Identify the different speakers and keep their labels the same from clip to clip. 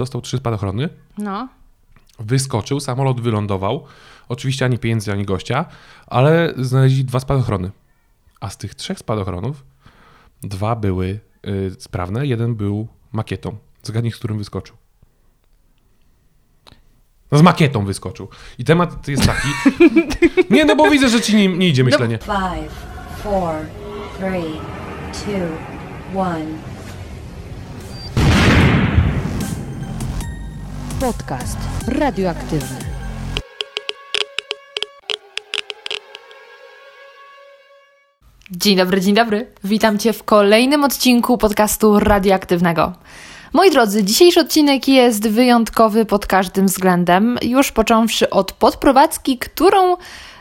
Speaker 1: Dostał trzy spadochrony,
Speaker 2: No.
Speaker 1: wyskoczył, samolot wylądował. Oczywiście ani pieniędzy, ani gościa, ale znaleźli dwa spadochrony. A z tych trzech spadochronów dwa były y, sprawne, jeden był makietą. Zgadnij, z którym wyskoczył. No z makietą wyskoczył. I temat jest taki... Nie, no bo widzę, że ci nie, nie idzie myślenie.
Speaker 3: Five, four, three, two, one.
Speaker 4: Podcast radioaktywny.
Speaker 2: Dzień dobry, dzień dobry. Witam Cię w kolejnym odcinku podcastu radioaktywnego. Moi drodzy, dzisiejszy odcinek jest wyjątkowy pod każdym względem, już począwszy od podprowadzki, którą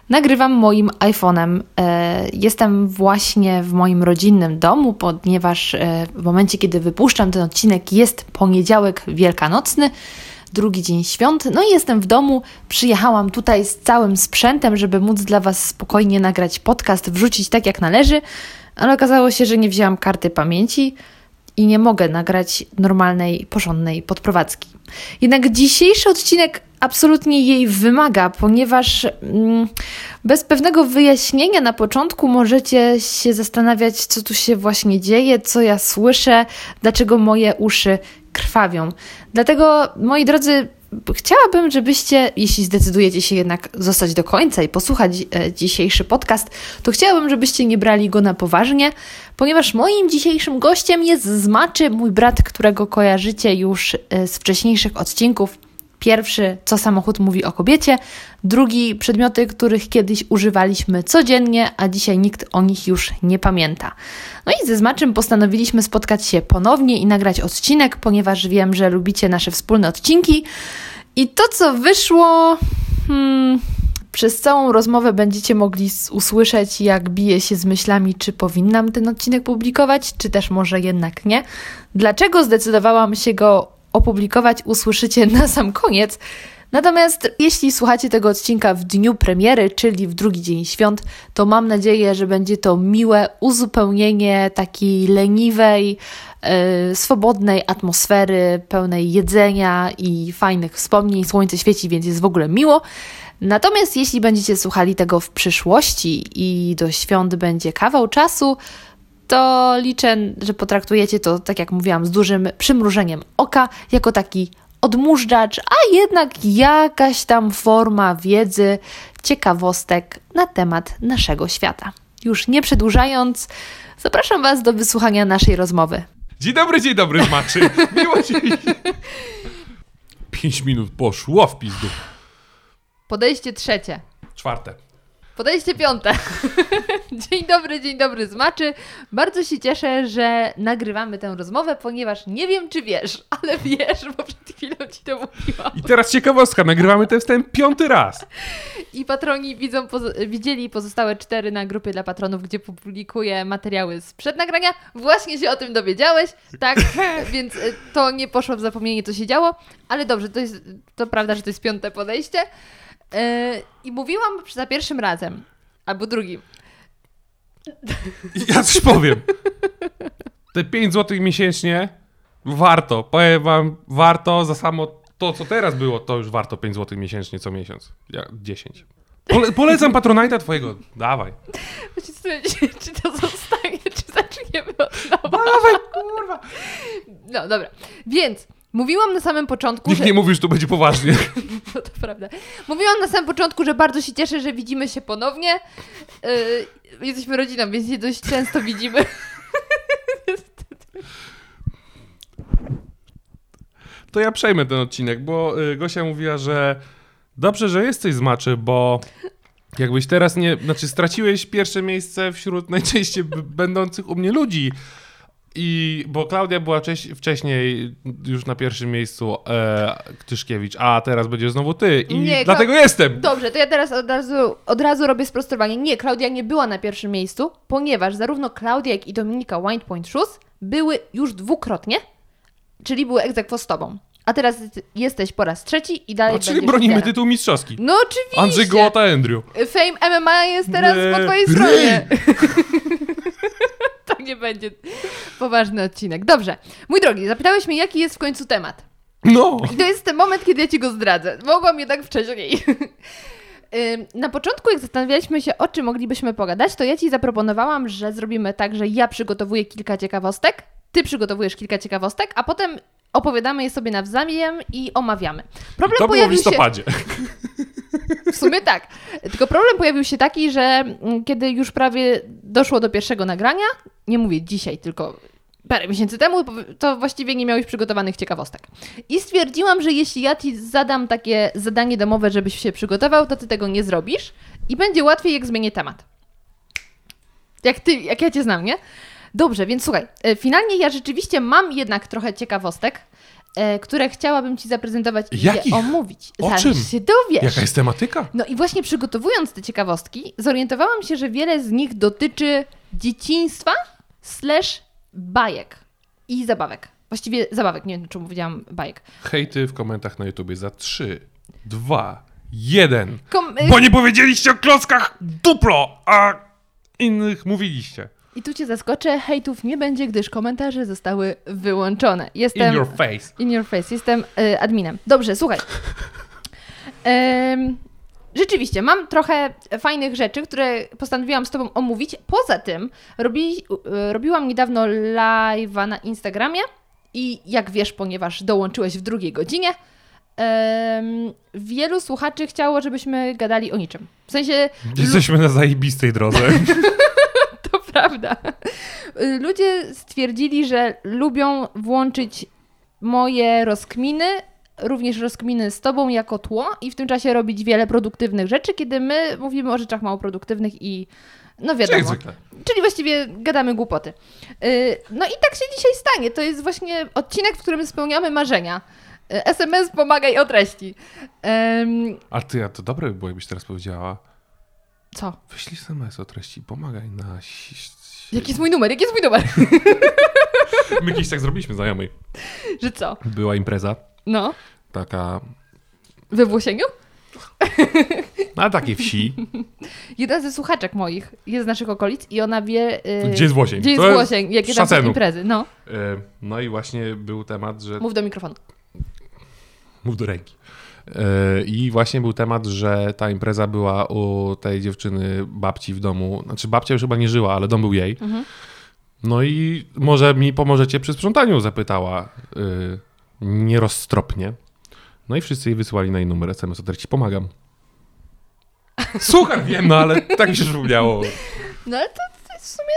Speaker 2: nagrywam moim iPhone'em. E, Jestem właśnie w moim rodzinnym domu, ponieważ e, w momencie, kiedy wypuszczam ten odcinek, jest poniedziałek wielkanocny drugi dzień świąt. No i jestem w domu. Przyjechałam tutaj z całym sprzętem, żeby móc dla Was spokojnie nagrać podcast, wrzucić tak jak należy, ale okazało się, że nie wzięłam karty pamięci i nie mogę nagrać normalnej, porządnej podprowadzki. Jednak dzisiejszy odcinek absolutnie jej wymaga, ponieważ mm, bez pewnego wyjaśnienia na początku możecie się zastanawiać, co tu się właśnie dzieje, co ja słyszę, dlaczego moje uszy krwawią. Dlatego, moi drodzy, chciałabym, żebyście, jeśli zdecydujecie się jednak zostać do końca i posłuchać e, dzisiejszy podcast, to chciałabym, żebyście nie brali go na poważnie, ponieważ moim dzisiejszym gościem jest z Maczy mój brat, którego kojarzycie już e, z wcześniejszych odcinków. Pierwszy, co samochód mówi o kobiecie. Drugi, przedmioty, których kiedyś używaliśmy codziennie, a dzisiaj nikt o nich już nie pamięta. No i ze Zmaczym postanowiliśmy spotkać się ponownie i nagrać odcinek, ponieważ wiem, że lubicie nasze wspólne odcinki. I to, co wyszło, hmm, przez całą rozmowę będziecie mogli s- usłyszeć, jak biję się z myślami, czy powinnam ten odcinek publikować, czy też może jednak nie. Dlaczego zdecydowałam się go opublikować, usłyszycie na sam koniec. Natomiast jeśli słuchacie tego odcinka w dniu premiery, czyli w drugi dzień świąt, to mam nadzieję, że będzie to miłe uzupełnienie takiej leniwej, e, swobodnej atmosfery, pełnej jedzenia i fajnych wspomnień. Słońce świeci, więc jest w ogóle miło. Natomiast jeśli będziecie słuchali tego w przyszłości i do świąt będzie kawał czasu, to liczę, że potraktujecie to, tak jak mówiłam, z dużym przymrużeniem oka, jako taki odmóżdżacz, a jednak jakaś tam forma wiedzy, ciekawostek na temat naszego świata. Już nie przedłużając, zapraszam Was do wysłuchania naszej rozmowy.
Speaker 1: Dzień dobry, dzień dobry, Maczy. Miło ci. Pięć minut poszło w pizdu.
Speaker 2: Podejście trzecie.
Speaker 1: Czwarte.
Speaker 2: Podejście piąte. dzień dobry, dzień dobry, zmaczy. Bardzo się cieszę, że nagrywamy tę rozmowę, ponieważ nie wiem, czy wiesz, ale wiesz, bo przed chwilą ci to mówiłam.
Speaker 1: I teraz ciekawostka, nagrywamy ten wstęp piąty raz.
Speaker 2: I patroni widzą, poz- widzieli pozostałe cztery na grupie dla patronów, gdzie publikuję materiały sprzed nagrania. Właśnie się o tym dowiedziałeś, tak? Więc e, to nie poszło w zapomnienie, co się działo. Ale dobrze, to, jest, to prawda, że to jest piąte podejście. E, I mówiłam za pierwszym razem, albo drugim,
Speaker 1: I Ja coś powiem. Te 5 zł miesięcznie warto. Powiem wam, warto za samo to, co teraz było, to już warto 5 zł miesięcznie co miesiąc. Ja, 10. Pole, polecam Patronite'a twojego. Dawaj.
Speaker 2: Zastanawiam się, czy to zostanie, czy zaczniemy od nowa.
Speaker 1: Dawaj, kurwa.
Speaker 2: No dobra, więc mówiłam na samym początku,
Speaker 1: Nikt
Speaker 2: że...
Speaker 1: nie mówi, że to będzie poważnie.
Speaker 2: No to prawda. Mówiłam na samym początku, że bardzo się cieszę, że widzimy się ponownie. Yy, jesteśmy rodziną, więc się dość często widzimy.
Speaker 1: To ja przejmę ten odcinek, bo y, Gosia mówiła, że dobrze, że jesteś z maczy, bo jakbyś teraz nie. Znaczy, straciłeś pierwsze miejsce wśród najczęściej b- będących u mnie ludzi. I bo Klaudia była wcześ- wcześniej już na pierwszym miejscu e, Tyszkiewicz, a teraz będziesz znowu ty. I
Speaker 2: Nie, Klau-
Speaker 1: dlatego jestem.
Speaker 2: Dobrze, to ja teraz od razu, od razu robię sprostowanie. Nie, Klaudia nie była na pierwszym miejscu, ponieważ zarówno Klaudia, jak i Dominika Winepoint Shoes były już dwukrotnie, czyli były egzekwo z tobą. A teraz ty- jesteś po raz trzeci i dalej
Speaker 1: A, No, czyli
Speaker 2: będziesz
Speaker 1: bronimy
Speaker 2: liderem.
Speaker 1: tytuł mistrzowski.
Speaker 2: No oczywiście.
Speaker 1: Andrzej Gołota Andrew.
Speaker 2: Fame MMA jest teraz
Speaker 1: Nie.
Speaker 2: po twojej
Speaker 1: Ryj!
Speaker 2: stronie. to nie będzie poważny odcinek. Dobrze. Mój drogi, zapytałeś mnie, jaki jest w końcu temat.
Speaker 1: No!
Speaker 2: I to jest ten moment, kiedy ja ci go zdradzę. Mogłam jednak wcześniej. Ym, Na początku, jak zastanawialiśmy się, o czym moglibyśmy pogadać, to ja ci zaproponowałam, że zrobimy tak, że ja przygotowuję kilka ciekawostek, ty przygotowujesz kilka ciekawostek, a potem opowiadamy je sobie nawzajem i omawiamy. Problem
Speaker 1: To było w
Speaker 2: pojawił się.
Speaker 1: listopadzie.
Speaker 2: W sumie tak. Tylko problem pojawił się taki, że mm, kiedy już prawie doszło do pierwszego nagrania, nie mówię dzisiaj, tylko parę miesięcy temu, powi- to właściwie nie miałeś przygotowanych ciekawostek. I stwierdziłam, że jeśli ja ci zadam takie zadanie domowe, żebyś się przygotował, to ty tego nie zrobisz i będzie łatwiej, jak zmienię temat. Jak ty, jak ja cię znam, nie? Dobrze, więc słuchaj, e, finalnie ja rzeczywiście mam jednak trochę ciekawostek, e, które chciałabym ci zaprezentować i je
Speaker 1: Jakich?
Speaker 2: omówić.
Speaker 1: O
Speaker 2: Zaraz
Speaker 1: czym?
Speaker 2: się dowiesz.
Speaker 1: Jaka jest tematyka?
Speaker 2: No i właśnie przygotowując te ciekawostki, zorientowałam się, że wiele z nich dotyczy dzieciństwa slash bajek i zabawek. Właściwie zabawek, nie wiem czemu powiedziałam bajek.
Speaker 1: Hejty w komentarzach na YouTubie za 3, 2, 1.
Speaker 2: Kom- y-
Speaker 1: Bo nie powiedzieliście o klockach duplo, a innych mówiliście.
Speaker 2: I tu cię zaskoczę, hejtów nie będzie, gdyż komentarze zostały wyłączone.
Speaker 1: In
Speaker 2: Jestem...
Speaker 1: your face.
Speaker 2: In your face. Jestem y, adminem. Dobrze, słuchaj. Em, rzeczywiście, mam trochę fajnych rzeczy, które postanowiłam z Tobą omówić. Poza tym robi, y, robiłam niedawno live'a na Instagramie i jak wiesz, ponieważ dołączyłeś w drugiej godzinie, em, wielu słuchaczy chciało, żebyśmy gadali o niczym. W sensie,
Speaker 1: Jesteśmy na zajebistej drodze.
Speaker 2: to prawda. Y, Ludzie stwierdzili, że lubią włączyć moje rozkminy, również rozkminy z tobą jako tło i w tym czasie robić wiele produktywnych rzeczy, kiedy my mówimy o rzeczach mało produktywnych i no
Speaker 1: Jak
Speaker 2: wiadomo.
Speaker 1: zwykle.
Speaker 2: Czyli właściwie gadamy głupoty. Yy, No i tak się dzisiaj stanie. To jest właśnie odcinek, w którym spełniamy marzenia. Yy, SMS pomagaj o treści. Em,
Speaker 1: A ty, a to dobre by było, jakbyś teraz powiedziała.
Speaker 2: Co?
Speaker 1: Wyślij sms o treści, pomagaj na... si- si-
Speaker 2: Jaki jest mój numer? Jaki jest mój numer?
Speaker 1: My kiedyś tak zrobiliśmy znajomej.
Speaker 2: Że co?
Speaker 1: Była impreza,
Speaker 2: No,
Speaker 1: taka
Speaker 2: we Włosieniu?
Speaker 1: na takiej wsi.
Speaker 2: Jedna ze słuchaczek moich jest z naszych okolic i ona wie. y,
Speaker 1: Gdzie jest Włosień?
Speaker 2: Gdzie jest
Speaker 1: To jest
Speaker 2: Włosień? Jakie tam są
Speaker 1: szacenu.
Speaker 2: imprezy? No,
Speaker 1: E, No i właśnie był temat, że...
Speaker 2: mów do mikrofonu.
Speaker 1: Mów do ręki. E, I właśnie był temat, że ta impreza była u tej dziewczyny babci w domu. Znaczy babcia już chyba nie żyła, ale dom był jej. No i może mi pomożecie przy sprzątaniu, zapytała y, nieroztropnie. No i wszyscy jej wysłali na jej numer SMS, o ci pomagam. Słuchaj, wiem, no ale tak mi się przypomniało.
Speaker 2: No ale to, to jest w sumie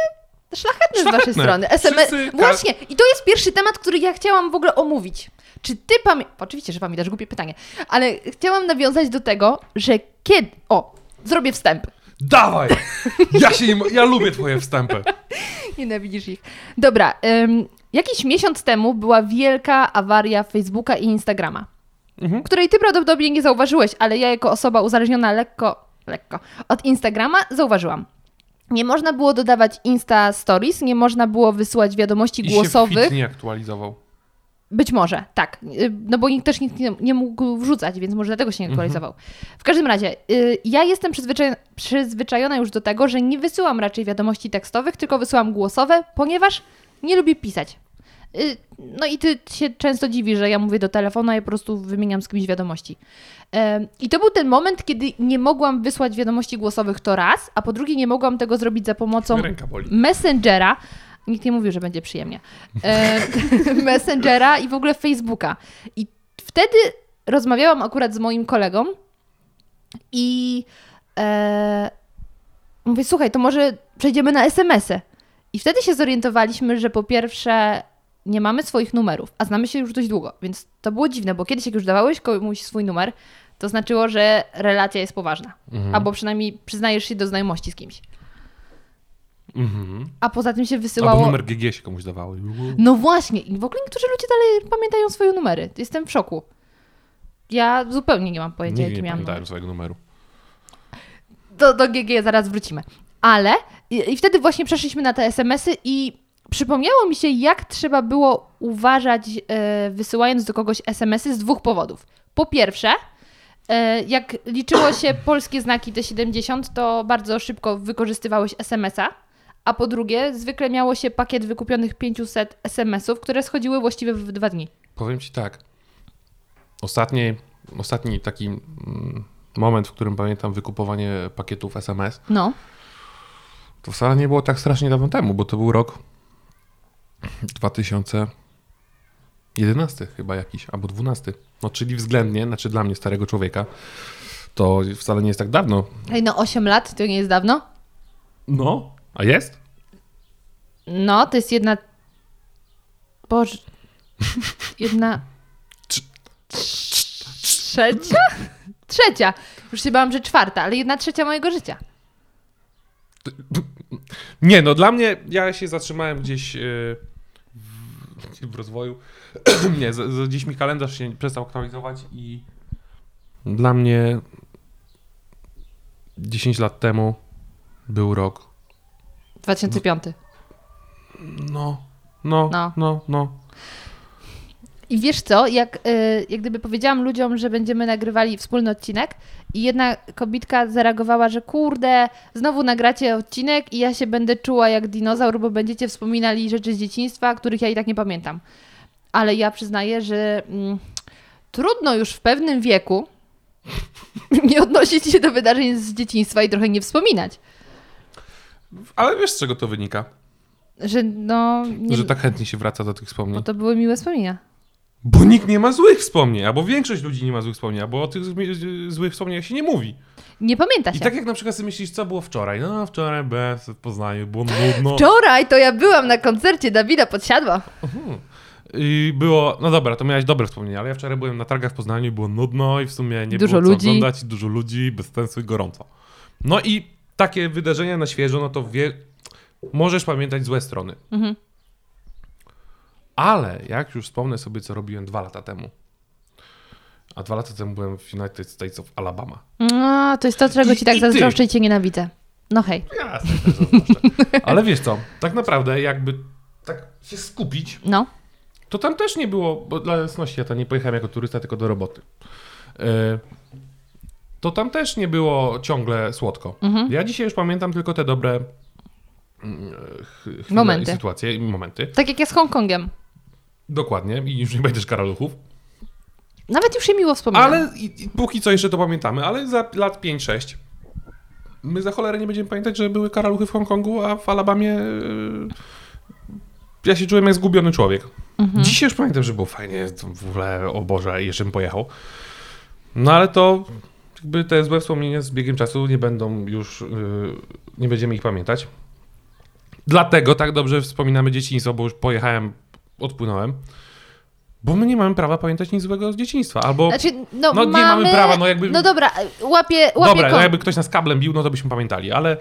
Speaker 2: szlachetne, z waszej
Speaker 1: Szlachetne.
Speaker 2: strony. SMS.
Speaker 1: Wszyscy- tak.
Speaker 2: Właśnie, i to jest pierwszy temat, który ja chciałam w ogóle omówić. Czy ty pamiętasz. Oczywiście, że pamiętasz, głupie pytanie, ale chciałam nawiązać do tego, że kiedy. O, zrobię wstęp.
Speaker 1: Dawaj! Ja się nie, mo- ja lubię twoje wstępy.
Speaker 2: Nienawidzisz ich. Dobra, ym, jakiś miesiąc temu była wielka awaria Facebooka i Instagrama,
Speaker 1: Mhm.
Speaker 2: której ty prawdopodobnie nie zauważyłeś, ale ja jako osoba uzależniona lekko, lekko od Instagrama zauważyłam. Nie można było dodawać Insta Stories, nie można było wysyłać wiadomości
Speaker 1: I się
Speaker 2: głosowych.
Speaker 1: fit nie aktualizował.
Speaker 2: Być może, tak. Y, No bo nikt też nikt nie, nie mógł wrzucać, więc może dlatego się nie aktualizował. W każdym razie, y, ja jestem przyzwyczaj- przyzwyczajona już do tego, że nie wysyłam raczej wiadomości tekstowych, tylko wysyłam głosowe, ponieważ nie lubię pisać. Y, No i ty się często dziwi, że ja mówię do telefonu, a ja po prostu wymieniam z kimś wiadomości. Em, I to był ten moment, kiedy nie mogłam wysłać wiadomości głosowych to raz, a po drugie nie mogłam tego zrobić za pomocą
Speaker 1: Ręka boli.
Speaker 2: Messengera. Nikt nie mówił, że będzie przyjemnie. E, Messengera i w ogóle Facebooka. I wtedy rozmawiałam akurat z moim kolegą i e, mówię, słuchaj, to może przejdziemy na SMS-y. I wtedy się zorientowaliśmy, że po pierwsze nie mamy swoich numerów, a znamy się już dość długo, więc to było dziwne, bo kiedyś jak już dawałeś komuś swój numer, to znaczyło, że relacja jest poważna. Albo przynajmniej przyznajesz się do znajomości z kimś.
Speaker 1: Mhm.
Speaker 2: A poza tym się wysyłało...
Speaker 1: Albo numer GG się komuś dawało.
Speaker 2: No właśnie, i w ogóle niektórzy ludzie dalej pamiętają swoje numery. Jestem w szoku. Ja zupełnie nie mam pojęcia,
Speaker 1: Nigdy
Speaker 2: jaki
Speaker 1: nie
Speaker 2: miałam
Speaker 1: pamiętałem
Speaker 2: numer.
Speaker 1: swojego numeru.
Speaker 2: Do, do GG zaraz wrócimy. Ale i, i wtedy właśnie przeszliśmy na te SMS-y i przypomniało mi się, jak trzeba było uważać, e, wysyłając do kogoś SMS-y z dwóch powodów. Po pierwsze, e, jak liczyło się polskie znaki T70, to bardzo szybko wykorzystywałeś SMS-a. A po drugie, zwykle miało się pakiet wykupionych 500 SMS-ów, które schodziły właściwie w dwa dni.
Speaker 1: Powiem ci tak. ostatniej, ostatni taki mm, moment, w którym pamiętam wykupowanie pakietów SMS,
Speaker 2: No.
Speaker 1: to wcale nie było tak strasznie dawno temu, bo to był rok 2011 chyba jakiś, albo 12. No czyli względnie, znaczy dla mnie starego człowieka, to wcale nie jest tak dawno.
Speaker 2: Ej, no 8 lat to nie jest dawno.
Speaker 1: No. A jest?
Speaker 2: No, to jest jedna... Boże... Jedna... Trzecia? Trzecia. Już się bałam, że czwarta, ale jedna trzecia mojego życia.
Speaker 1: Nie, no dla mnie, ja się zatrzymałem gdzieś e, w, w rozwoju. nie, z, z, gdzieś mi kalendarz się przestał aktualizować i dla mnie 10 lat temu był rok.
Speaker 2: 2005.
Speaker 1: No, no,
Speaker 2: No.
Speaker 1: no, no.
Speaker 2: I wiesz co, jak, y, jak gdyby powiedziałam ludziom, że będziemy nagrywali wspólny odcinek i jedna kobitka zareagowała, że kurde, znowu nagracie odcinek i ja się będę czuła jak dinozaur, bo będziecie wspominali rzeczy z dzieciństwa, których ja i tak nie pamiętam. Ale ja przyznaję, że mm, trudno już w pewnym wieku nie odnosić się do wydarzeń z dzieciństwa i trochę nie wspominać.
Speaker 1: Ale wiesz, z czego to wynika?
Speaker 2: Że no, nie,
Speaker 1: Że tak no. chętnie się wraca do tych wspomnień.
Speaker 2: bo to były miłe wspomnienia.
Speaker 1: Bo nikt nie ma złych wspomnień, albo większość ludzi nie ma złych wspomnień, albo o tych zmi- złych wspomnieniach się nie mówi.
Speaker 2: Nie pamięta się.
Speaker 1: I tak jak na przykład sobie myślisz, co było wczoraj? No, wczoraj bez, w Poznaniu, było nudno.
Speaker 2: Wczoraj to ja byłam na koncercie Dawida Podsiadła.
Speaker 1: I było, no dobra, to miałeś dobre wspomnienia, ale ja wczoraj byłem na targach w Poznaniu i było nudno i w sumie nie
Speaker 2: Dużo
Speaker 1: było
Speaker 2: ludzi.
Speaker 1: co oglądać, i dużo ludzi, bez sensu i gorąco. No i takie wydarzenia na świeżo, no to wie, możesz pamiętać złe strony.
Speaker 2: Mhm.
Speaker 1: Ale jak już wspomnę sobie, co robiłem dwa lata temu. A dwa lata temu byłem w United States of Alabama.
Speaker 2: No, to jest to, czego
Speaker 1: I-
Speaker 2: ci tak
Speaker 1: i ty.
Speaker 2: zazdroszczę i cię nienawidzę. No hej.
Speaker 1: Jasne, też zazdroszczę. Ale wiesz co, tak naprawdę jakby tak się skupić,
Speaker 2: No.
Speaker 1: To tam też nie było, bo dla jasności ja tam nie pojechałem jako turysta, tylko do roboty. E, To tam też nie było ciągle słodko. Ja dzisiaj już pamiętam tylko te dobre mm, ch- chwile
Speaker 2: Momenty.
Speaker 1: i sytuacje i momenty.
Speaker 2: Tak jak ja z Hongkongiem.
Speaker 1: Dokładnie i już nie będziesz karaluchów.
Speaker 2: Nawet już się miło wspominam.
Speaker 1: Ale i, i póki co jeszcze to pamiętamy, ale za lat 5-6 my za cholerę nie będziemy pamiętać, że były karaluchy w Hongkongu, a w Alabamie e, ja się czułem jak zgubiony człowiek. Dzisiaj już pamiętam, że było fajnie, to w ogóle, o Boże, jeszcze bym pojechał. No ale to jakby te złe wspomnienia z biegiem czasu nie będą już, e, nie będziemy ich pamiętać. Dlatego tak dobrze wspominamy dzieciństwo, bo już pojechałem, odpłynąłem. Bo my nie mamy prawa pamiętać nic złego z dzieciństwa, albo...
Speaker 2: Znaczy, no,
Speaker 1: No, nie
Speaker 2: mamy...
Speaker 1: mamy prawa, no jakby-
Speaker 2: No dobra, łapię, łapię
Speaker 1: Dobra,
Speaker 2: kon-
Speaker 1: no jakby ktoś nas kablem bił, no to byśmy pamiętali, ale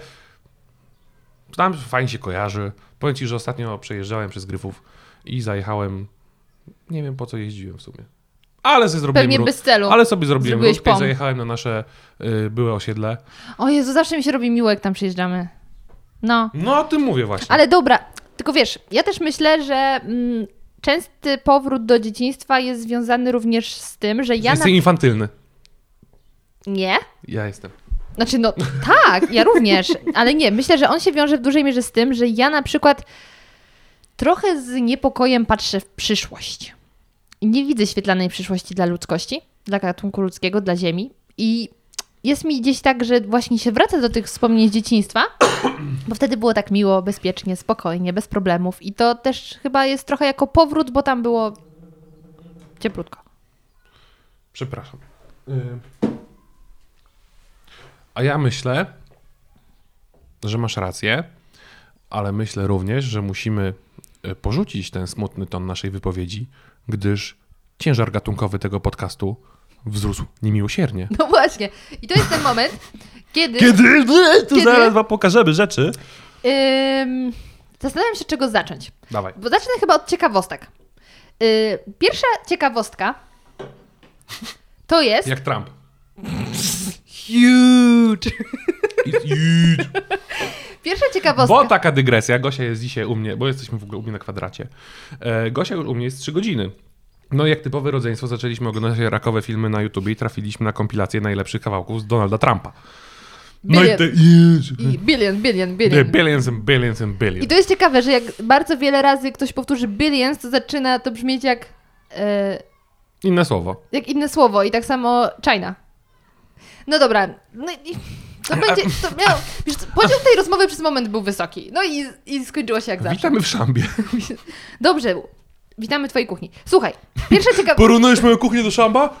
Speaker 1: tam fajnie się kojarzy. Powiem ci, że ostatnio przejeżdżałem przez Gryfów i zajechałem, nie wiem po co jeździłem w sumie. Ale sobie zrobiłem
Speaker 2: Pewnie
Speaker 1: rut-
Speaker 2: bez celu.
Speaker 1: Ale sobie zrobiłem
Speaker 2: Zrobiłeś
Speaker 1: rutkę i
Speaker 2: pom.
Speaker 1: zajechałem na nasze y, byłe osiedle.
Speaker 2: O Jezu, zawsze mi się robi miło, jak tam przyjeżdżamy. No.
Speaker 1: No o tym mówię właśnie.
Speaker 2: Ale dobra, tylko wiesz, ja też myślę, że mm, częsty powrót do dzieciństwa jest związany również z tym, że ja... Na...
Speaker 1: Jestem infantylny.
Speaker 2: Nie?
Speaker 1: Ja jestem.
Speaker 2: Znaczy, no tak, ja również, ale nie, myślę, że on się wiąże w dużej mierze z tym, że ja na przykład trochę z niepokojem patrzę w przyszłość. I Nie widzę świetlanej przyszłości dla ludzkości, dla gatunku ludzkiego, dla Ziemi. I jest mi gdzieś tak, że właśnie się wraca do tych wspomnień z dzieciństwa, bo wtedy było tak miło, bezpiecznie, spokojnie, bez problemów. I to też chyba jest trochę jako powrót, bo tam było cieplutko.
Speaker 1: Przepraszam. Y, A ja myślę, że masz rację, ale myślę również, że musimy y, porzucić ten smutny ton naszej wypowiedzi, gdyż ciężar gatunkowy tego podcastu wzrósł niemiłosiernie.
Speaker 2: No właśnie. I to jest ten moment, kiedy...
Speaker 1: Kiedy? Tu
Speaker 2: Kiedy?
Speaker 1: zaraz wam pokażemy rzeczy.
Speaker 2: Ym, zastanawiam się, czego zacząć.
Speaker 1: Dawaj.
Speaker 2: Bo zacznę chyba od ciekawostek. Yy, pierwsza ciekawostka to jest.
Speaker 1: Jak Trump.
Speaker 2: Huge!
Speaker 1: It's huge.
Speaker 2: Pierwsza ciekawostka.
Speaker 1: Bo tak- taka dygresja. Gosia jest dzisiaj u mnie, bo jesteśmy w ogóle u mnie na kwadracie. E, Gosia już u mnie jest 3 godziny. No i jak typowe rodzeństwo zaczęliśmy oglądać rakowe filmy na YouTubie i trafiliśmy na kompilację najlepszych kawałków z Donalda Trumpa. No i
Speaker 2: Bilion.
Speaker 1: te...
Speaker 2: I billion, billion,
Speaker 1: The
Speaker 2: billion.
Speaker 1: billions and billions and
Speaker 2: I
Speaker 1: billions.
Speaker 2: to jest ciekawe, że jak bardzo wiele razy ktoś powtórzy billions, to zaczyna to brzmieć jak. e,
Speaker 1: Inne słowo.
Speaker 2: Jak inne słowo i tak samo China. No dobra. No i to będzie. To miał, wiesz, co, podział tej rozmowy przez moment był wysoki. No i, i skończyło się jak zawsze.
Speaker 1: Witamy w szambie.
Speaker 2: Dobrze. Witamy w Twojej kuchni. Słuchaj, pierwsza ciekawa.
Speaker 1: Porównujesz moją kuchnię do szamba?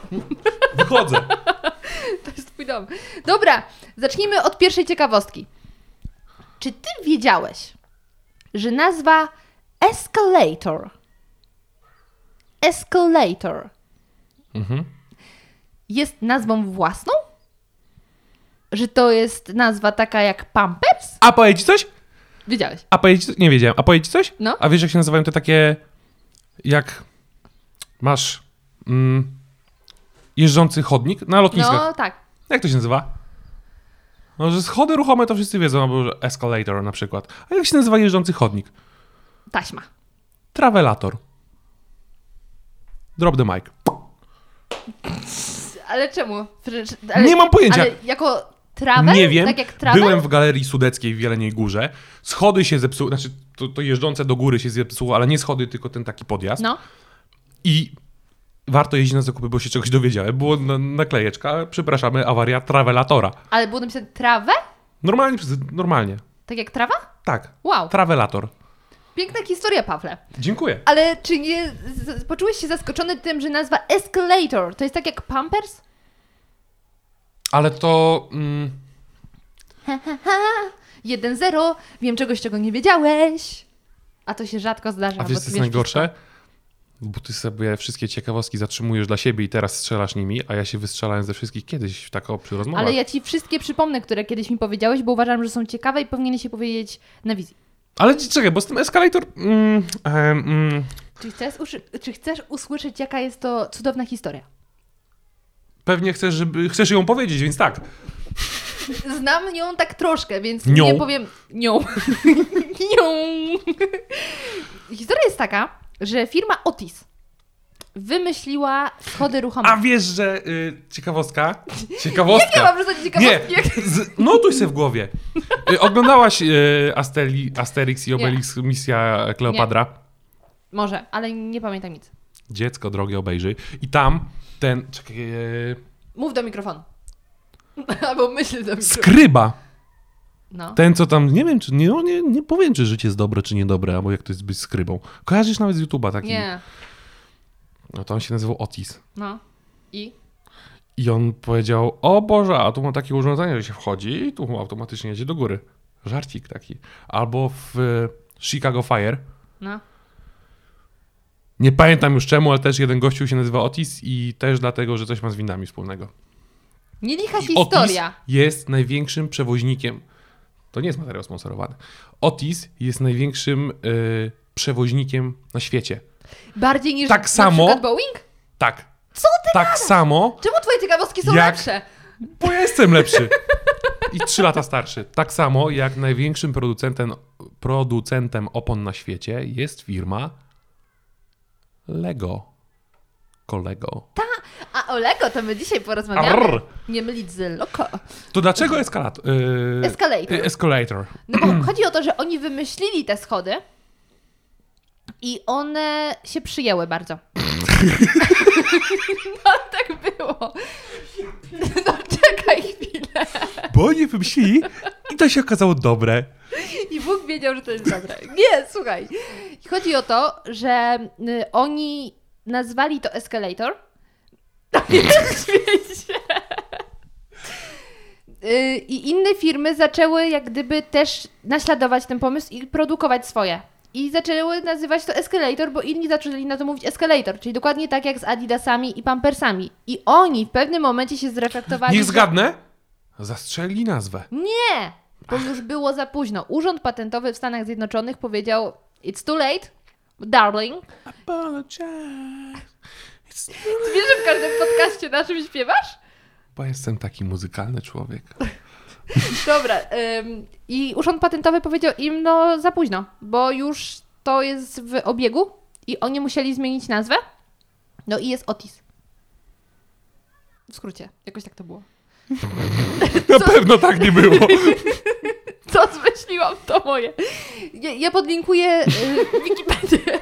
Speaker 1: Wychodzę.
Speaker 2: To jest Twój dom. Dobra, zacznijmy od pierwszej ciekawostki. Czy Ty wiedziałeś, że nazwa escalator. Escalator.
Speaker 1: Mhm.
Speaker 2: jest nazwą własną? Że to jest nazwa taka jak Pampers?
Speaker 1: A powie ci coś?
Speaker 2: Wiedziałeś.
Speaker 1: A powie ci coś? Nie wiedziałem. A powie ci coś?
Speaker 2: No.
Speaker 1: A wiesz, jak się nazywają te takie, jak masz mm, jeżdżący chodnik na lotniskach?
Speaker 2: No tak.
Speaker 1: Jak to się nazywa? No, że schody ruchome to wszyscy wiedzą, albo że escalator na przykład. A jak się nazywa jeżdżący chodnik?
Speaker 2: Taśma.
Speaker 1: Travelator. Drop the mic.
Speaker 2: Ale czemu? Przecież- Ale,
Speaker 1: Nie mam pojęcia.
Speaker 2: Ale jako travel?
Speaker 1: Nie wiem.
Speaker 2: Tak jak travel?
Speaker 1: Byłem w galerii sudeckiej w Jeleniej Górze. Schody się zepsuły, znaczy to, to jeżdżące do góry się zepsuło, ale nie schody, tylko ten taki podjazd.
Speaker 2: No.
Speaker 1: I warto jeździć na zakupy, bo się czegoś dowiedziałem. Było na- naklejeczka, przepraszamy, awaria travelatora.
Speaker 2: Ale było napisane trawę?
Speaker 1: Normalnie, przez- normalnie.
Speaker 2: Tak jak trawa?
Speaker 1: Tak.
Speaker 2: Wow.
Speaker 1: Travelator.
Speaker 2: Piękna historia, Pawle.
Speaker 1: Dziękuję.
Speaker 2: Ale czy nie z, poczułeś się zaskoczony tym, że nazwa escalator to jest tak jak Pampers?
Speaker 1: Ale to... Mm,
Speaker 2: 1-0, wiem czegoś, czego nie wiedziałeś. A to się rzadko zdarza.
Speaker 1: a
Speaker 2: No, bo
Speaker 1: wiesz,
Speaker 2: ty
Speaker 1: co jest
Speaker 2: wiesz
Speaker 1: najgorsze? Bo ty sobie wszystkie ciekawostki zatrzymujesz dla siebie i teraz strzelasz nimi, a ja się wystrzelałem ze wszystkich kiedyś tak o, przy rozmowach.
Speaker 2: Ale ja ci wszystkie przypomnę, które kiedyś mi powiedziałeś, bo uważam, że są ciekawe i powinieneś je powiedzieć na wizji.
Speaker 1: Ale c- czekaj, bo z tym Escalator... Mm, em, mm,
Speaker 2: Czy chcesz, uszy- czy chcesz usłyszeć, jaka jest to cudowna historia?
Speaker 1: pewnie chcesz, żeby, chcesz ją powiedzieć, więc tak.
Speaker 2: Znam nią tak troszkę, więc
Speaker 1: Nią.
Speaker 2: nie powiem nią. nią. Historia jest taka, że firma Otis wymyśliła schody ruchome.
Speaker 1: A wiesz, że... Y, ciekawostka? Ciekawostka.
Speaker 2: Jak ja mam wrzucać ciekawostki? Jak...
Speaker 1: Nie, z, notuj sobie w głowie. Y, oglądałaś y, Asteri, Asterix i Obelix, misja Kleopatra?
Speaker 2: Może, ale nie pamiętam nic.
Speaker 1: Dziecko drogie obejrzy. I tam ten... Czekaj... y,
Speaker 2: Mów do mikrofonu. Albo myśl do mikrofonu.
Speaker 1: skryba.
Speaker 2: No.
Speaker 1: Ten, co tam, nie wiem, czy nie, no, nie, nie powiem, czy życie jest dobre, czy niedobre, albo jak to jest być skrybą. Kojarzysz nawet z YouTube'a taki.
Speaker 2: Nie.
Speaker 1: No to on się nazywał Otis.
Speaker 2: No. I?
Speaker 1: I on powiedział, o Boże, a tu mam takie urządzenie, że się wchodzi i tu automatycznie jedzie do góry. Żarcik taki. Albo w e, Chicago Fire.
Speaker 2: No.
Speaker 1: Nie pamiętam już czemu, ale też jeden gościu się nazywa Otis i też dlatego, że coś ma z windami wspólnego.
Speaker 2: Nielicha
Speaker 1: I Otis
Speaker 2: historia.
Speaker 1: jest największym przewoźnikiem. To nie jest materiał sponsorowany. Otis jest największym y, przewoźnikiem na świecie.
Speaker 2: Bardziej niż
Speaker 1: Tak
Speaker 2: na
Speaker 1: samo-
Speaker 2: przykład Boeing?
Speaker 1: Tak.
Speaker 2: Co ty?
Speaker 1: Tak samo,
Speaker 2: Czemu twoje ciekawostki są
Speaker 1: Jak-
Speaker 2: lepsze?
Speaker 1: bo ja jestem lepszy. I trzy lata starszy. Tak samo jak największym producentem, producentem opon na świecie jest firma Lego. Kolego.
Speaker 2: A o Lego to my dzisiaj porozmawiamy.
Speaker 1: Arr.
Speaker 2: Nie mylić z Loko.
Speaker 1: To dlaczego eskalator? Yy,
Speaker 2: Escalator.
Speaker 1: y, escalator.
Speaker 2: No bo chodzi o to, że oni wymyślili te schody i one się przyjęły bardzo. no tak było. No czekaj chwilę.
Speaker 1: Bo oni wymyślili i to się okazało dobre.
Speaker 2: I Bóg wiedział, że to jest dobre. Nie, słuchaj. Chodzi o to, że y, oni nazwali to escalator. Na świecie. Y, I inne firmy zaczęły jak gdyby też naśladować ten pomysł i produkować swoje. I zaczęły nazywać to escalator, bo inni zaczęli na to mówić escalator, czyli dokładnie tak jak z Adidasami i Pampersami. I oni w pewnym momencie się zreflektowali.
Speaker 1: Niech
Speaker 2: że-
Speaker 1: zgadnę. Zastrzelili nazwę.
Speaker 2: nie, bo już było za późno. Urząd Patentowy w Stanach Zjednoczonych powiedział: It's too late, darling. Ty wiesz, że w każdym podcaście naszym śpiewasz?
Speaker 1: Bo jestem taki muzykalny człowiek.
Speaker 2: Dobra. ym, I Urząd Patentowy powiedział im: No, za późno, bo już to jest w obiegu i oni musieli zmienić nazwę. No i jest Otis. W skrócie, jakoś tak to było.
Speaker 1: Na pewno tak nie było.
Speaker 2: Co zmyśliłam, to moje. Ja, ja podlinkuję y, Wikipedię.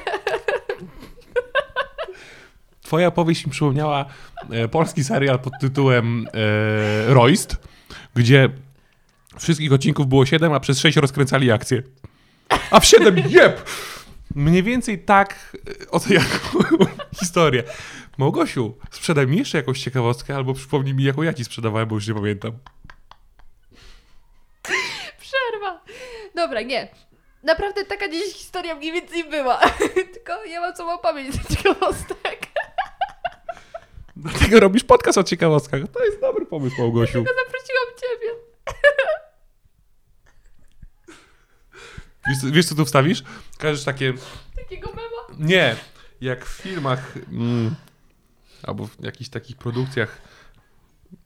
Speaker 1: Twoja powieść mi przypomniała e, polski serial pod tytułem e, Royst, gdzie wszystkich odcinków było 7, a przez 6 rozkręcali akcję. A w 7 jeb! Mniej więcej tak e, oceniam historię. Małgosiu, sprzedaj mi jeszcze jakąś ciekawostkę, albo przypomnij mi, jaką ja ci sprzedawałem, bo już nie pamiętam.
Speaker 2: Przerwa. Dobra, nie. Naprawdę taka dziś historia mniej więcej była. Tylko ja mam sobą pamięć do ciekawostek.
Speaker 1: Dlatego robisz podcast o ciekawostkach. To jest dobry pomysł, Małgosiu.
Speaker 2: Zaprosiłam ciebie.
Speaker 1: Wiesz, co- wiesz co tu wstawisz? Każesz takie...
Speaker 2: Takiego mema.
Speaker 1: Nie, jak w filmach mm, albo w jakichś takich produkcjach,